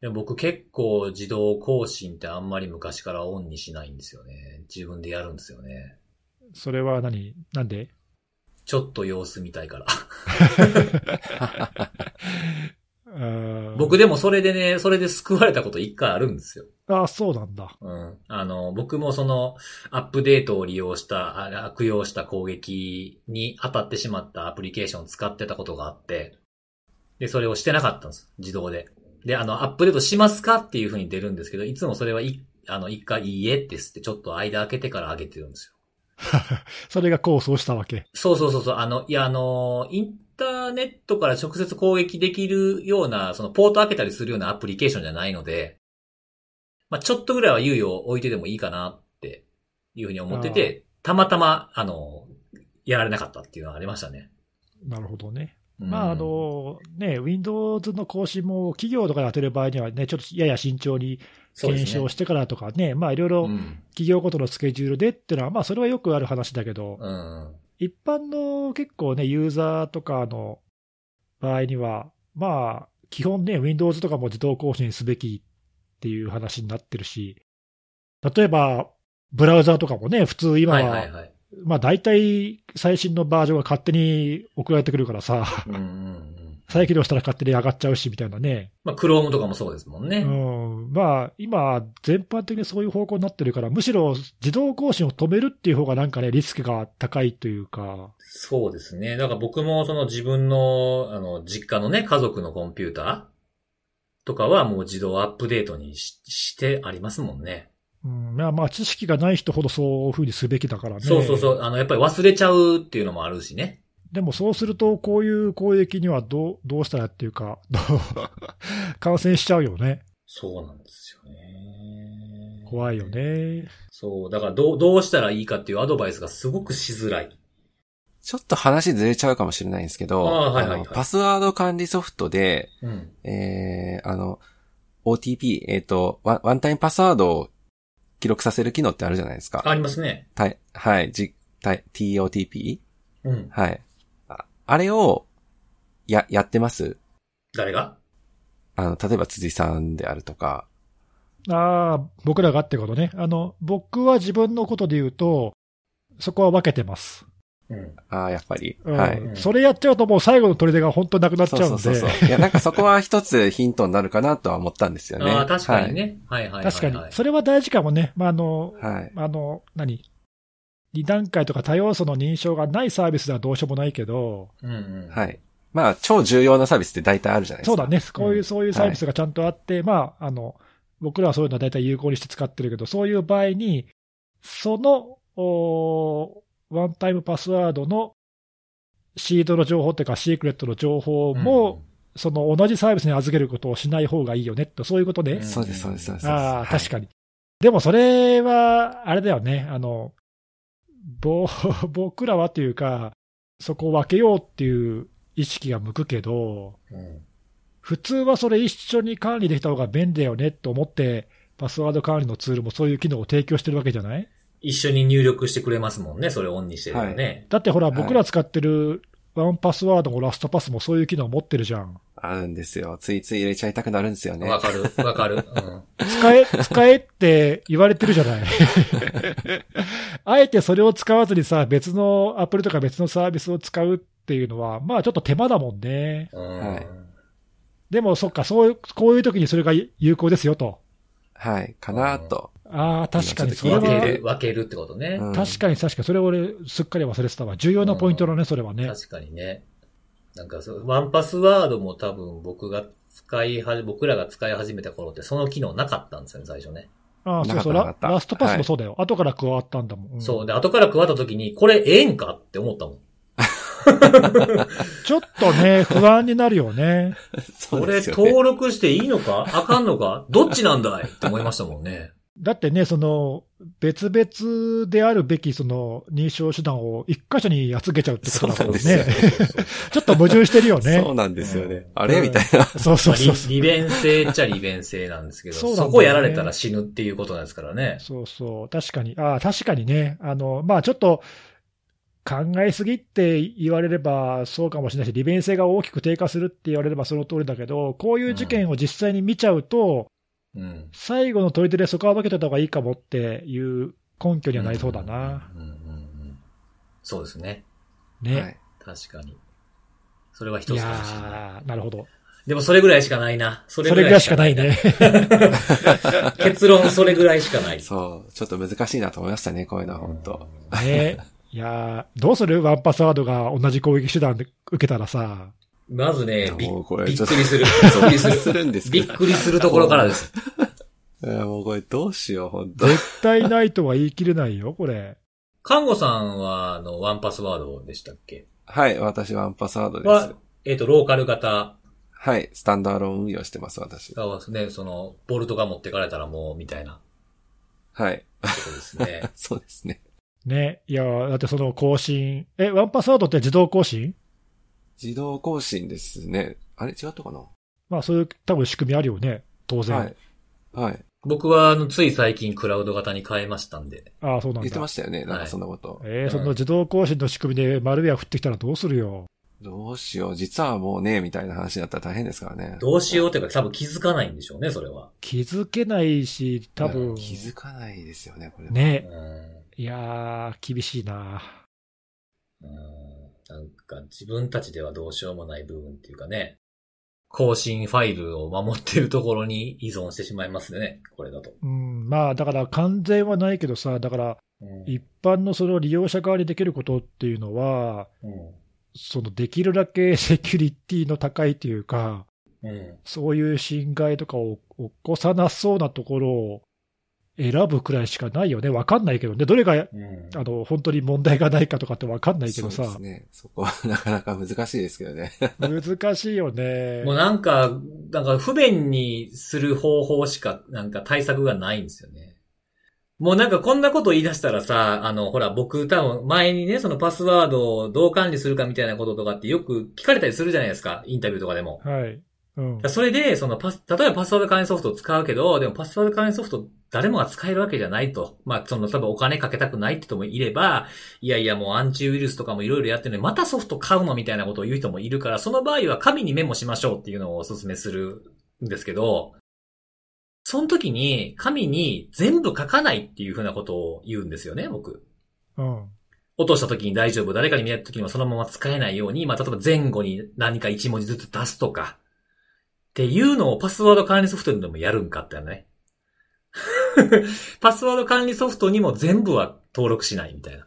Speaker 1: で僕結構自動更新ってあんまり昔からオンにしないんですよね。自分でやるんですよね。
Speaker 2: それは何なんで
Speaker 1: ちょっと様子見たいから。僕
Speaker 2: で。
Speaker 1: でもそれでね、それで救われたこと一回あるんですよ。
Speaker 2: あ、そうなんだ。
Speaker 1: うん。あの、僕もその、アップデートを利用した、あ悪用した攻撃に当たってしまったアプリケーションを使ってたことがあって、で、それをしてなかったんです。自動で。で、あの、アップデートしますかっていう風に出るんですけど、いつもそれは、い、あの、一回いいえって吸って、ちょっと間開けてから上げてるんですよ。
Speaker 2: それが功を奏したわけ。
Speaker 1: そうそうそうそう、あの、いや、あの、インターネットから直接攻撃できるような、そのポート開けたりするようなアプリケーションじゃないので、まあ、ちょっとぐらいは猶予を置いてでもいいかなっていうふうに思ってて、たまたま、あの、やられなかったっていうのはありましたね。
Speaker 2: なるほどね。
Speaker 1: うん
Speaker 2: まあ、あ、の、ね、Windows の更新も企業とかに当てる場合にはね、ちょっとやや慎重に
Speaker 1: そうです
Speaker 2: 検
Speaker 1: ね
Speaker 2: 証してからとかね、まあいろいろ
Speaker 1: うん。
Speaker 2: 企業ごとのスケジュールでっていうのは、まあそれはよくある話だけど、
Speaker 1: うん。
Speaker 2: 一般の結構ね、ユーザーとかの場合には、まあ、基本ね、Windows とかも自動更新すべきっていう話になってるし、例えば、ブラウザーとかもね、普通今は、
Speaker 1: はいはいはい。
Speaker 2: まあ大体最新のバージョンが勝手に送られてくるからさ、 <laughs>
Speaker 1: うんうんうん。
Speaker 2: 再起動したら勝手に上がっちゃうしみたいなね、
Speaker 1: まあ、クロームとかもそうですもんね。
Speaker 2: うん、まあ、今、全般的にそういう方向になってるから、むしろ自動更新を止めるっていう方がなんかね、リスクが高いというか、
Speaker 1: そうですね。だから僕もその自分の、あの、実家のね、家族のコンピューターとかはもう自動アップデートにししてありますもんね。
Speaker 2: うん、まあまあ、知識がない人ほどそういうふうにすべきだからね。
Speaker 1: そうそうそう。あの、やっぱり忘れちゃうっていうのもあるしね。
Speaker 2: でもそうすると、こういう攻撃にはどうどうしたらっていうか、 <laughs> どう感染しちゃうよね。
Speaker 1: そうなんですよね。
Speaker 2: 怖いよ。ね。
Speaker 1: そう。だからどう、どうしたらいいかっていうアドバイスがすごくしづらい。
Speaker 3: ちょっと話ずれちゃうかもしれないんですけど、
Speaker 1: あーはいはいはい
Speaker 3: のパスワード管理ソフトで、
Speaker 1: うん。
Speaker 3: えー、あの、OTP、えっ、とワン、ワンタイムパスワードを記録させる機能ってあるじゃないですか。
Speaker 1: ありますね。
Speaker 3: たいはい、じ、たい TOTP?
Speaker 1: うん。
Speaker 3: はい。ああれを、や、やってます
Speaker 1: 誰が
Speaker 3: あの、例えば辻さんであるとか。
Speaker 2: ああ、僕らがってことね。あの、僕は自分のことで言うと、そこは分けてます。
Speaker 1: うん。
Speaker 3: ああ、やっぱり。
Speaker 2: うん
Speaker 3: はい。
Speaker 2: それやっちゃうともう最後の砦が本当なくなっち
Speaker 3: そ
Speaker 2: ゃ
Speaker 3: う
Speaker 2: うん
Speaker 3: そ
Speaker 2: で。
Speaker 3: うそうそう。いや、なんかそこは一つヒントになるかなとは思ったんですよ
Speaker 1: <laughs>
Speaker 3: ね。
Speaker 1: ああ、確かにね。はい、はいはいはい
Speaker 2: 確かに。それは大事かもね。まあ、あの、
Speaker 3: はい。はい。
Speaker 2: あの、何 ?2 段階とか多要素の認証がないサービスではどうしようもないけど、
Speaker 1: うんうん。。
Speaker 3: はいい。まあ、超重要なサービスって大体あるじゃないです
Speaker 2: そ
Speaker 3: か。
Speaker 2: うだね。こういうう、
Speaker 1: ん
Speaker 2: そういうサービスがちゃんとあって、まあ、あの、僕らはそういうのは大体有効にして使ってるけど、そういう場合に、その、おーワンタイムパスワードのシードの情報っていうか、シークレットの情報も、その同じサービスに預けることをしない方がいいよねと、そういうことね。
Speaker 1: うん
Speaker 3: そうです、そうです、そうです。
Speaker 2: ああ、確
Speaker 3: に。
Speaker 2: かに。でもそれは、あれだよね、あの、ぼ <laughs> 僕らはというか、そこを分けようっていう意識が向くけど、
Speaker 1: うん、うん
Speaker 2: 普通はそれ一緒に管理できた方が便利だよねと思って、パスワード管理のツールもそういう機能を提供してるわけじゃない
Speaker 1: 一緒に入力してくれますもんね。それオンにしてるよね。
Speaker 2: だってほら、
Speaker 3: はい
Speaker 2: 僕ら使ってるワンパスワードもラストパスもそういう機能持ってるじゃん。
Speaker 3: あるんですよ。ついつい入れちゃいたくなるんですよね
Speaker 1: わ。かる、わかる。うん。
Speaker 2: 使え、 <laughs> 使えって言われてるじゃない。 <laughs> あえてそれを使わずにさ、別のアプリとか別のサービスを使うっていうのは、まあちょっと手間だもんね。
Speaker 1: うん
Speaker 3: はい
Speaker 2: でもそっか、そういう、こういう時にそれが有効ですよと。
Speaker 3: はい。かなと。
Speaker 2: ああ、確かにそれ
Speaker 3: 今
Speaker 1: 分
Speaker 3: ちょ
Speaker 1: け
Speaker 2: は
Speaker 3: っと聞いて。
Speaker 1: る、分けるってことね。
Speaker 3: うん
Speaker 2: 確かに確かに、それ俺、すっかり忘れてたわ。重要なポイントだね、それはね。
Speaker 1: 確かにね。なんかそう、ワンパスワードも多分僕が使いはじ、僕らが使い始めた頃ってその機能なかったんですよね、最初ね。
Speaker 2: ああ、そうそう
Speaker 3: な
Speaker 2: ラ
Speaker 3: かっ、たなかった
Speaker 2: ラストパスもそうだよ。後から加わったんだもん。うん
Speaker 1: そう。で、後から加わった時に、これええんかって思ったもん。
Speaker 2: ちょっとね、 <laughs> 不安になるよね。
Speaker 3: そ
Speaker 1: こ
Speaker 3: うで
Speaker 1: れ
Speaker 3: すよね。
Speaker 1: 登録していいのかあかんのかどっちなんだいって思いましたもんね。
Speaker 2: だってね、その、別々であるべき、その、認証手段を一箇所に集めちゃうってことだもんね。
Speaker 3: そうなんで
Speaker 2: <laughs> ちょっと矛盾してるよね。
Speaker 3: そうなんですよ
Speaker 1: う
Speaker 3: ね
Speaker 1: ん。
Speaker 3: あれ
Speaker 2: うん
Speaker 3: みたいな。
Speaker 2: <laughs> そうそうそう
Speaker 1: 利利便性っちゃ利便性なんですけど、
Speaker 2: そ
Speaker 1: そ
Speaker 2: うなんだよね
Speaker 1: こやられたら死ぬっていうことなんですからね。
Speaker 2: そうそう、確かに、ああ、確かにね、あのまあ、ちょっと考えすぎって言われればそうかもしれないし、利便性が大きく低下するって言われればその通りだけど、こういう事件を実際に見ちゃうと、
Speaker 1: うん。
Speaker 2: 最後の砦でそこは分けてた方がいいかもっていう根拠にはなりそうだな、
Speaker 1: うんうんうん。そうですね。
Speaker 2: ね。
Speaker 3: はいい
Speaker 1: 確かに。それは一つかもしれない。
Speaker 2: やーなるほど。
Speaker 1: でもそれぐらいしかないな。そ
Speaker 2: それぐらいしかない
Speaker 1: な <laughs>
Speaker 2: ね。
Speaker 1: 結論それぐらいしかない。
Speaker 3: そう。ちょっと難しいなと思いましたね、こういうのは本当。
Speaker 2: ねいやーどうするワンパスワードが同じ攻撃手段で受けたらさ、
Speaker 1: まずね、び
Speaker 3: もうこ
Speaker 1: び
Speaker 3: れ
Speaker 1: っ
Speaker 3: ちょっ
Speaker 1: く
Speaker 3: と
Speaker 1: りする。びっく
Speaker 3: <laughs>
Speaker 1: りする。
Speaker 3: するんです
Speaker 1: び
Speaker 3: け
Speaker 1: っ
Speaker 2: <laughs>
Speaker 3: ど。
Speaker 1: くりするところからです。
Speaker 3: いやもうこれどうしよう、本当
Speaker 2: 絶対ないとは言い切れないよ、これ。
Speaker 1: 看護さんは、あの、ワンパスワードでしたっけ
Speaker 3: はい。私ワンパスワードで
Speaker 1: は
Speaker 3: す。、
Speaker 1: えっ、と、ローカル型
Speaker 3: はい。スタンドアローン運用してます、私。
Speaker 1: がね、その、ボルトが持ってかれたらもう、みたいな
Speaker 3: はい。。
Speaker 1: とこですね <laughs>
Speaker 3: そうですね。
Speaker 2: ね、いや、だってその更新、え、ワンパスワードって自動更新
Speaker 3: 自動更新ですね。あれ違ったかな
Speaker 2: まあそういう多分仕組みあるよね、当然。
Speaker 3: はい。はい。
Speaker 1: 僕は、あの、つい最近クラウド型に変えましたんで。
Speaker 2: ああ、そうなんだ。
Speaker 3: 言ってましたよね。なんかそんなこと。
Speaker 2: えーその自動更新の仕組みでマルウェア降ってきたらどうするよ。
Speaker 3: どうしよう。実はもうね、みたいな話になったら大変ですからね。
Speaker 1: どうしようっていうか、多分気づかないんでしょうね、それは。
Speaker 2: 気づけないし、多分。
Speaker 3: 気づかないですよね、これ。。
Speaker 1: う
Speaker 2: ね。
Speaker 1: ん
Speaker 2: いやー、厳しいな。
Speaker 1: うんなんか自分たちではどうしようもない部分っていうかね、更新ファイルを守ってるところに依存してしまいますね、これだと。
Speaker 2: うん、まあだから完全はないけどさ、だから一般のその利用者側にできることっていうのは、
Speaker 1: うん
Speaker 2: そのできるだけセキュリティの高いというか、
Speaker 1: うん
Speaker 2: そういう侵害とかを起こさなそうなところを選ぶくらいしかないよね。わかんないけどね。どれが、
Speaker 1: うん
Speaker 2: あの、本当に問題がないかとかってわかんないけ
Speaker 3: そう
Speaker 2: ど
Speaker 3: で
Speaker 2: さ
Speaker 3: す。ね。そこはなかなか難しいですけどね。 <laughs>
Speaker 2: 難しいよね。
Speaker 1: もうなんか、なんか不便にする方法しか、なんか対策がないんですよね。もうなんかこんなこと言い出したらさ、あの、ほら、僕多分前にね、そのパスワードをどう管理するかみたいなこととかってよく聞かれたりするじゃないですか、インタビューとかでも。
Speaker 2: はい。うん
Speaker 1: だから。それで、そのパス、例えばパスワード管理ソフトを使うけど、でもパスワード管理ソフト誰もが使えるわけじゃないと。まあ、その、多分お金かけたくないって人もいれば、いやいやもうアンチウイルスとかもいろいろやってるのに、またソフト買うのみたいなことを言う人もいるから、その場合は紙にメモしましょうっていうのをお勧めするんですけど、その時に紙に全部書かないっていうふうなことを言うんですよね、僕。
Speaker 2: うん。
Speaker 1: 落とした時に大丈夫。誰かに見られた時にもそのまま使えないように、まあ、例えば前後に何か一文字ずつ出すとか、っていうのをパスワード管理ソフトでもやるんかってね。 <laughs> パスワード管理ソフトにも全部は登録しないみたいな。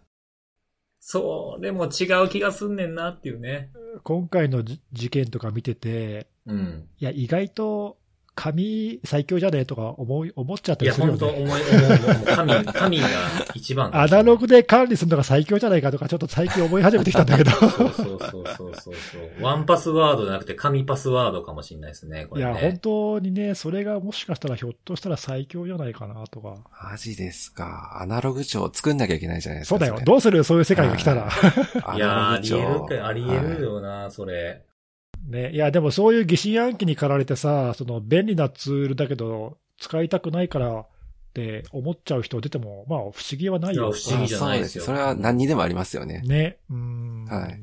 Speaker 1: そう、でも違う気がすんねんなっていうね。
Speaker 2: 今回のじ事件とか見てて、
Speaker 1: うん。
Speaker 2: いや、意外と、紙最強じゃねえとか思い、思っちゃった
Speaker 1: い
Speaker 2: り
Speaker 1: や、
Speaker 2: するよ
Speaker 1: 本当
Speaker 2: ね。
Speaker 1: 思い、思う、思う
Speaker 2: <laughs>
Speaker 1: 神、神が一番。
Speaker 2: アナログで管理するのが最強じゃないかとか、ちょっと最近思い始めてきたんだけ
Speaker 1: <laughs>
Speaker 2: ど。
Speaker 1: そうそうそうそうそうそう。ワンパスワードじゃなくて紙パスワードかもしれないですね、こ
Speaker 2: い
Speaker 1: れね。
Speaker 2: や、本当にね、それがもしかしたらひょっとしたら最強じゃないかなとか。
Speaker 3: マジですか。アナログ帳作んなきゃいけないじゃないです
Speaker 2: そ
Speaker 3: か。
Speaker 2: うだよ
Speaker 3: れ。
Speaker 2: どうするそういう世界が来たら。
Speaker 3: ア
Speaker 1: いやー、
Speaker 3: ナ
Speaker 1: あ
Speaker 3: ログ
Speaker 1: り
Speaker 3: 帳
Speaker 1: えるか、ありえる
Speaker 3: はい
Speaker 1: よな、それ。
Speaker 2: ね、いや、でもそういう疑心暗鬼に駆られてさ、その便利なツールだけど、使いたくないからって思っちゃう人出ても、まあ、不思議はないよ。
Speaker 1: いや不思議じゃないですよ
Speaker 3: あそうそれは何にでもありますよね。
Speaker 2: ね。うーん。
Speaker 3: はい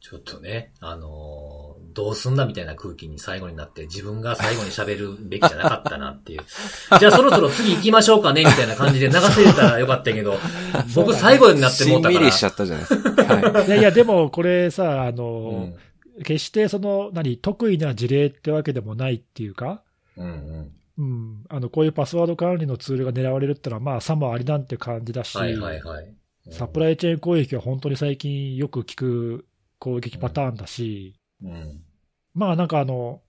Speaker 1: ちょっとね、あのーどうすんだみたいな空気に最後になって、自分が最後に喋るべきじゃなかったな
Speaker 3: <laughs>
Speaker 1: っていう。じゃあそろそろ次行きましょうかね、みたいな感じで流せれたらよかったけど、僕最後になって
Speaker 3: し
Speaker 1: もうんた
Speaker 3: み
Speaker 1: から。
Speaker 3: りしちゃったじゃないですか。はい。
Speaker 2: いやいや、でもこれさ、あの、
Speaker 1: うん。
Speaker 2: 決してその、何、得意な事例ってわけでもないっていうか、
Speaker 1: うんうん。
Speaker 2: うん、あのこういうパスワード管理のツールが狙われるってのは、まあ、さもありなんて感じだし、
Speaker 1: はいはいはい。
Speaker 2: サプライチェーン攻撃は本当に最近よく聞く攻撃パターンだし、
Speaker 1: うん。
Speaker 2: まあなんかあの、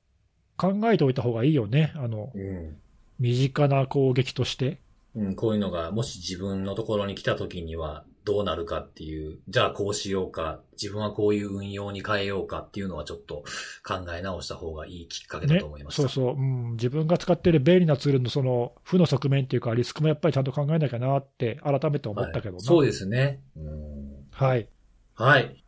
Speaker 2: 考えておいた方がいいよね、あの
Speaker 1: うん。
Speaker 2: 身近な攻撃として。
Speaker 1: うん、こういうのが、もし自分のところに来た時にはどうなるかっていう、じゃあこうしようか、自分はこういう運用に変えようかっていうのはちょっと考え直した方がいいきっかけだ
Speaker 2: ね
Speaker 1: と思い、ました。
Speaker 2: そうそう、うん、自分が使っている便利なツールのその負の側面っていうか、リスクもやっぱりちゃんと考えなきゃなって、改めて思
Speaker 1: はい
Speaker 2: ったけどな
Speaker 1: そうですね。うん
Speaker 2: はい、
Speaker 1: はい。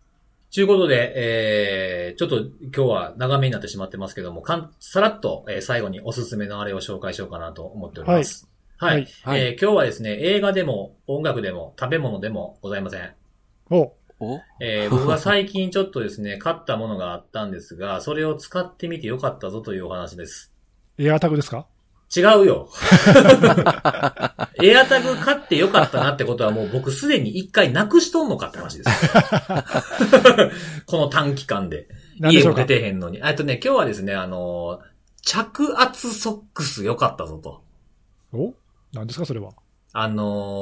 Speaker 1: ということで、えー、ちょっと今日は長めになってしまってますけども、かんさらっと、えー最後におすすめのあれを紹介しようかなと思っております。はい。
Speaker 2: はい
Speaker 3: はい。
Speaker 1: <laughs> えー今日はですね、映画でも音楽でも食べ物でもございません。
Speaker 2: お
Speaker 3: お
Speaker 1: えー
Speaker 2: <laughs>
Speaker 1: 僕は最近ちょっとですね、買ったものがあったんですが、それを使ってみてよかったぞというお話です。
Speaker 2: エアタグですか
Speaker 1: 違う
Speaker 2: <laughs>
Speaker 1: よ。エアタグ買ってよかったなってことはもう僕すでに一回なくしとんのかって話で
Speaker 2: <laughs>
Speaker 1: す。この短期間で。
Speaker 2: 何で
Speaker 1: 家
Speaker 2: しょ
Speaker 1: を
Speaker 2: うか
Speaker 1: 出てへんのに。えっとね、今日はですね、あのー着圧ソックスよかったぞと。
Speaker 2: お何ですか、それは。
Speaker 1: あの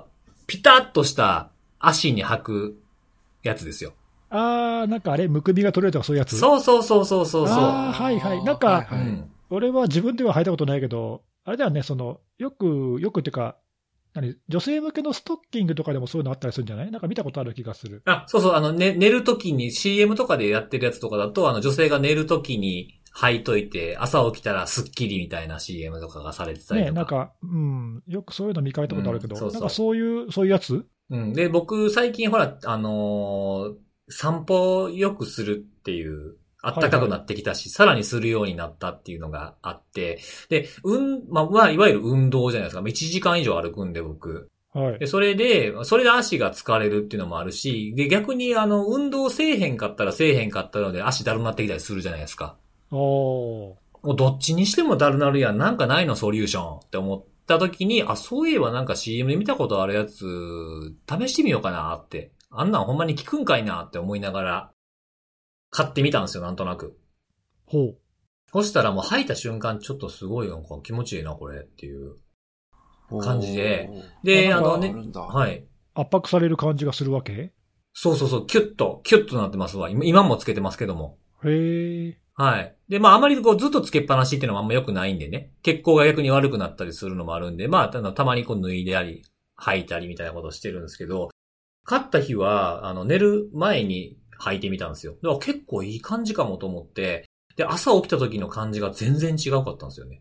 Speaker 1: ーピタッとした足に履くやつですよ。
Speaker 2: あー、なんかあれ、むくみが取れるとかそういうやつ。
Speaker 1: そうそうそうそうそうそ
Speaker 2: あーはいはいなんか
Speaker 1: う。うん
Speaker 2: 俺は自分では履いたことないけど、あれだよね、そのよく、よくっていうか、何、女性向けのストッキングとかでもそういうのあったりするんじゃないなんか見たことある気がする。
Speaker 1: あ、そうそう、あの、ね、寝るときに CM とかでやってるやつとかだと、あの、女性が寝るときに履いといて、朝起きたらスッキリみたいな CM とかがされてたり
Speaker 2: ね、
Speaker 1: とか。
Speaker 2: なんか、うん、よくそういうの見かけたことあるけど、
Speaker 1: うんそうそう
Speaker 2: なんかそういう、そういうやつ
Speaker 1: うん。で、僕、最近ほら、あのー散歩をよくするっていう、あったかくなってきたし、さらにするようになったっていうのがあって、で、うん、まあ、まあ、いわゆる運動じゃないですか。まあ1時間以上歩くんで、僕。
Speaker 2: はい
Speaker 1: で、。それで、それで足が疲れるっていうのもあるし、で、逆にあの、運動せえへんかったらせえへんかったので足だるなってきたりするじゃないですか。
Speaker 2: おー
Speaker 1: もうどっちにしてもだるなるやん、なんかないのソリューションって思った時に、あ、そういえばなんか CM で見たことあるやつ、試してみようかなって。あんなんほんまに効くんかいなって思いながら、買ってみたんですよ、なんとなく。
Speaker 2: ほう。
Speaker 1: そしたらもう吐いた瞬間、ちょっとすごいなんか気持ちいいな、これっていう。
Speaker 3: お
Speaker 1: 感じで。
Speaker 2: え
Speaker 1: で、
Speaker 2: な
Speaker 1: あ
Speaker 2: んか
Speaker 1: の
Speaker 3: あ
Speaker 1: ね
Speaker 3: る、んだ
Speaker 1: はい。
Speaker 2: 圧迫される感じがするわけ
Speaker 1: そうそうそう、キュッと、キュッとなってますわ。今今もつけてますけども。
Speaker 2: へー
Speaker 1: はい。で、まあ、あまりこう、ずっとつけっぱなしっていうのはあんま良くないんでね。血行が逆に悪くなったりするのもあるんで、まあ、ただたまにこう、脱いであり、履いたりみたいなことをしてるんですけど、勝った日は、あの、寝る前に履いてみたんですよ。でも結構いい感じかもと思って、で、朝起きた時の感じが全然違うかったんですよね。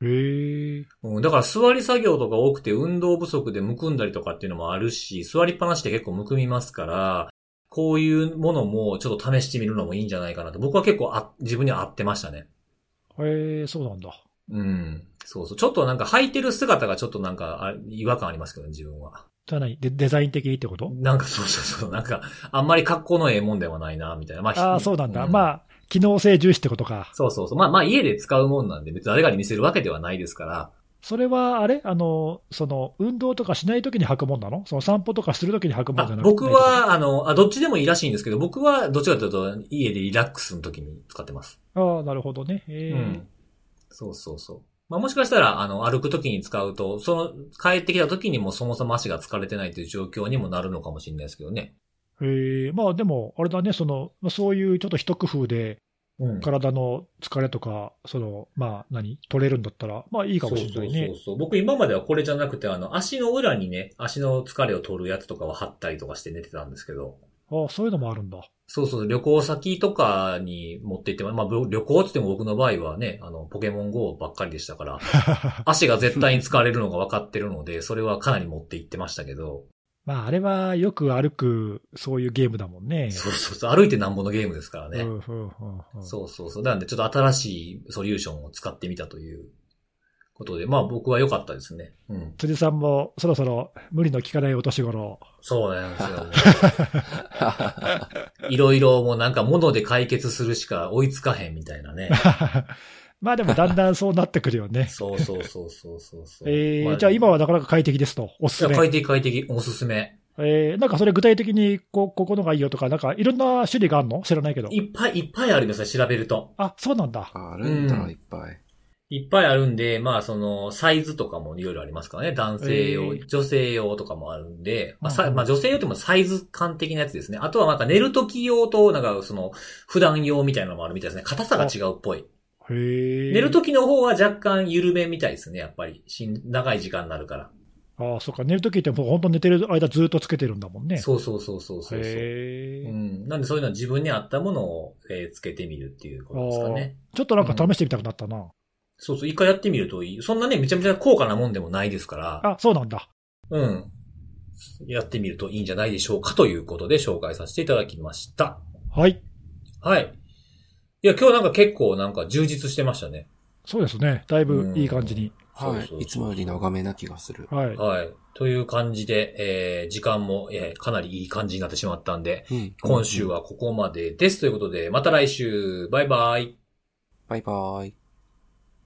Speaker 2: へー
Speaker 1: うん、だから座り作業とか多くて運動不足でむくんだりとかっていうのもあるし、座りっぱなしで結構むくみますから、こういうものもちょっと試してみるのもいいんじゃないかなと。僕は結構あ自分には合ってましたね。
Speaker 2: へーそうなんだ。
Speaker 1: うん。そうそう。ちょっとなんか履いてる姿がちょっとなんかあ違和感ありますけどね、自分は。
Speaker 2: じゃあ何デデザイン的ってこと
Speaker 1: なんかそうそうそう。なんか、あんまり格好のええもんではないな、みたいな。ま
Speaker 2: ああ、そうなんだ。ま
Speaker 1: あ。
Speaker 2: あ、機能性重視ってことか。
Speaker 1: そうそうそう。まあまあ家で使うもんなんで、別に誰かに見せるわけではないですから。
Speaker 2: それはあれあの、その、運動とかしないときに履くもんなのその散歩とかするときに履くもんじゃ
Speaker 1: あ
Speaker 2: なくて。
Speaker 1: 僕は、あのあ、どっちでもいいらしいんですけど、僕はどっちかというと家でリラックスの時に使ってます。
Speaker 2: ああ、なるほどね。え
Speaker 1: う
Speaker 2: ー
Speaker 1: ん。そうそうそう。まあもしかしたら、あの、歩く時に使うと、その、帰ってきた時にもそもそも足が疲れてないという状況にもなるのかもしれないですけどね。
Speaker 2: えーまあでも、あれだね、そのまあそういうちょっと一工夫で、
Speaker 1: うん。
Speaker 2: 体の疲れとか、そのまあ何、取れるんだったら、まあいいかもしれないね。
Speaker 1: そうそうそう。僕今まではこれじゃなくて、あの、足の裏にね、足の疲れを取るやつとかは貼ったりとかして寝てたんですけど、
Speaker 2: ああそういうのもあるんだ。
Speaker 1: そうそう、旅行先とかに持って行っても、まあ、ぶ旅行って言っても僕の場合はね、あの、ポケモン GO ばっかりでした
Speaker 2: <laughs>
Speaker 1: から、足が絶対に疲れるのが分かってるので、それはかなり持って行ってましたけど、
Speaker 2: まあ、あれはよく歩く、そういうゲームだもんね。
Speaker 1: そうそうそう、歩いてなんぼのゲームですから
Speaker 2: うん
Speaker 1: ね。
Speaker 2: うんうんうん
Speaker 1: そうそうそう。なんで、ちょっと新しいソリューションを使ってみたということで、まあ僕は良かったですね。うん。
Speaker 2: 辻さんもそろそろ無理の効かないお年頃。 <laughs>
Speaker 1: そうなんですよもう。いろいろもうなんか物で解決するしか追いつかへんみたいなね。。
Speaker 2: まあでもだんだんそうなってくるよね
Speaker 1: そうそうそうそうそうそう。
Speaker 2: え
Speaker 1: ま
Speaker 2: ー、じゃあ今はなかなか快適ですと、おす
Speaker 1: い
Speaker 2: す
Speaker 1: や
Speaker 2: め。
Speaker 1: 快適快適、おすすめ。
Speaker 2: えー、なんかそれ具体的にこここのがいいよとか、なんかいろんな種類があるの知らないけど。
Speaker 1: いっぱいいっぱいあるんですよ、調べると。
Speaker 2: あ、そうなんだ。
Speaker 3: <laughs> あるん
Speaker 1: う
Speaker 3: だ、
Speaker 1: ん
Speaker 3: いっぱい。
Speaker 1: いっぱいあるんで、まあその、サイズとかもいろいろありますからね。男性用、
Speaker 2: えー
Speaker 1: 女性用とかもあるんで、まあ
Speaker 2: うん
Speaker 1: さ
Speaker 2: うん
Speaker 1: まあ女性用ってもサイズ感的なやつですね。あとはなんか寝る時用と、なんかその、普段用みたいなのもあるみたいですね。硬さが違うっぽい。
Speaker 2: へー
Speaker 1: 寝る時の方は若干緩めみたいですね、やっぱり。しん長い時間になるから。
Speaker 2: ああ、そうか。寝るときってもう本当寝てる間ずっとつけてるんだもんね。
Speaker 1: そうそうそうそうそうそう。
Speaker 2: へ
Speaker 1: う
Speaker 2: ー
Speaker 1: ん。なんでそういうのは自分に合ったものを、えーつけてみるっていうことですかね。
Speaker 2: ちょっとなんか試してみたくなったな。
Speaker 1: そうそう、一回やってみるといい。そんなね、めちゃめちゃ高価なもんでもないですから、
Speaker 2: あ、そうなんだ。
Speaker 1: うん。やってみるといいんじゃないでしょうかということで紹介させていただきました。
Speaker 2: はい。
Speaker 1: はい。いや、今日なんか結構なんか充実してましたね。
Speaker 2: そうですね。だいぶいい感じに。
Speaker 1: そう
Speaker 3: は
Speaker 1: そうそう
Speaker 3: い。いつもより長めな気がする。
Speaker 2: はい。
Speaker 1: はい。という感じで、えー時間も、えーかなりいい感じになってしまったんで、
Speaker 3: うん
Speaker 1: 今週。はここまでです。ということで、また来週、バイバイ。
Speaker 3: バイバイ。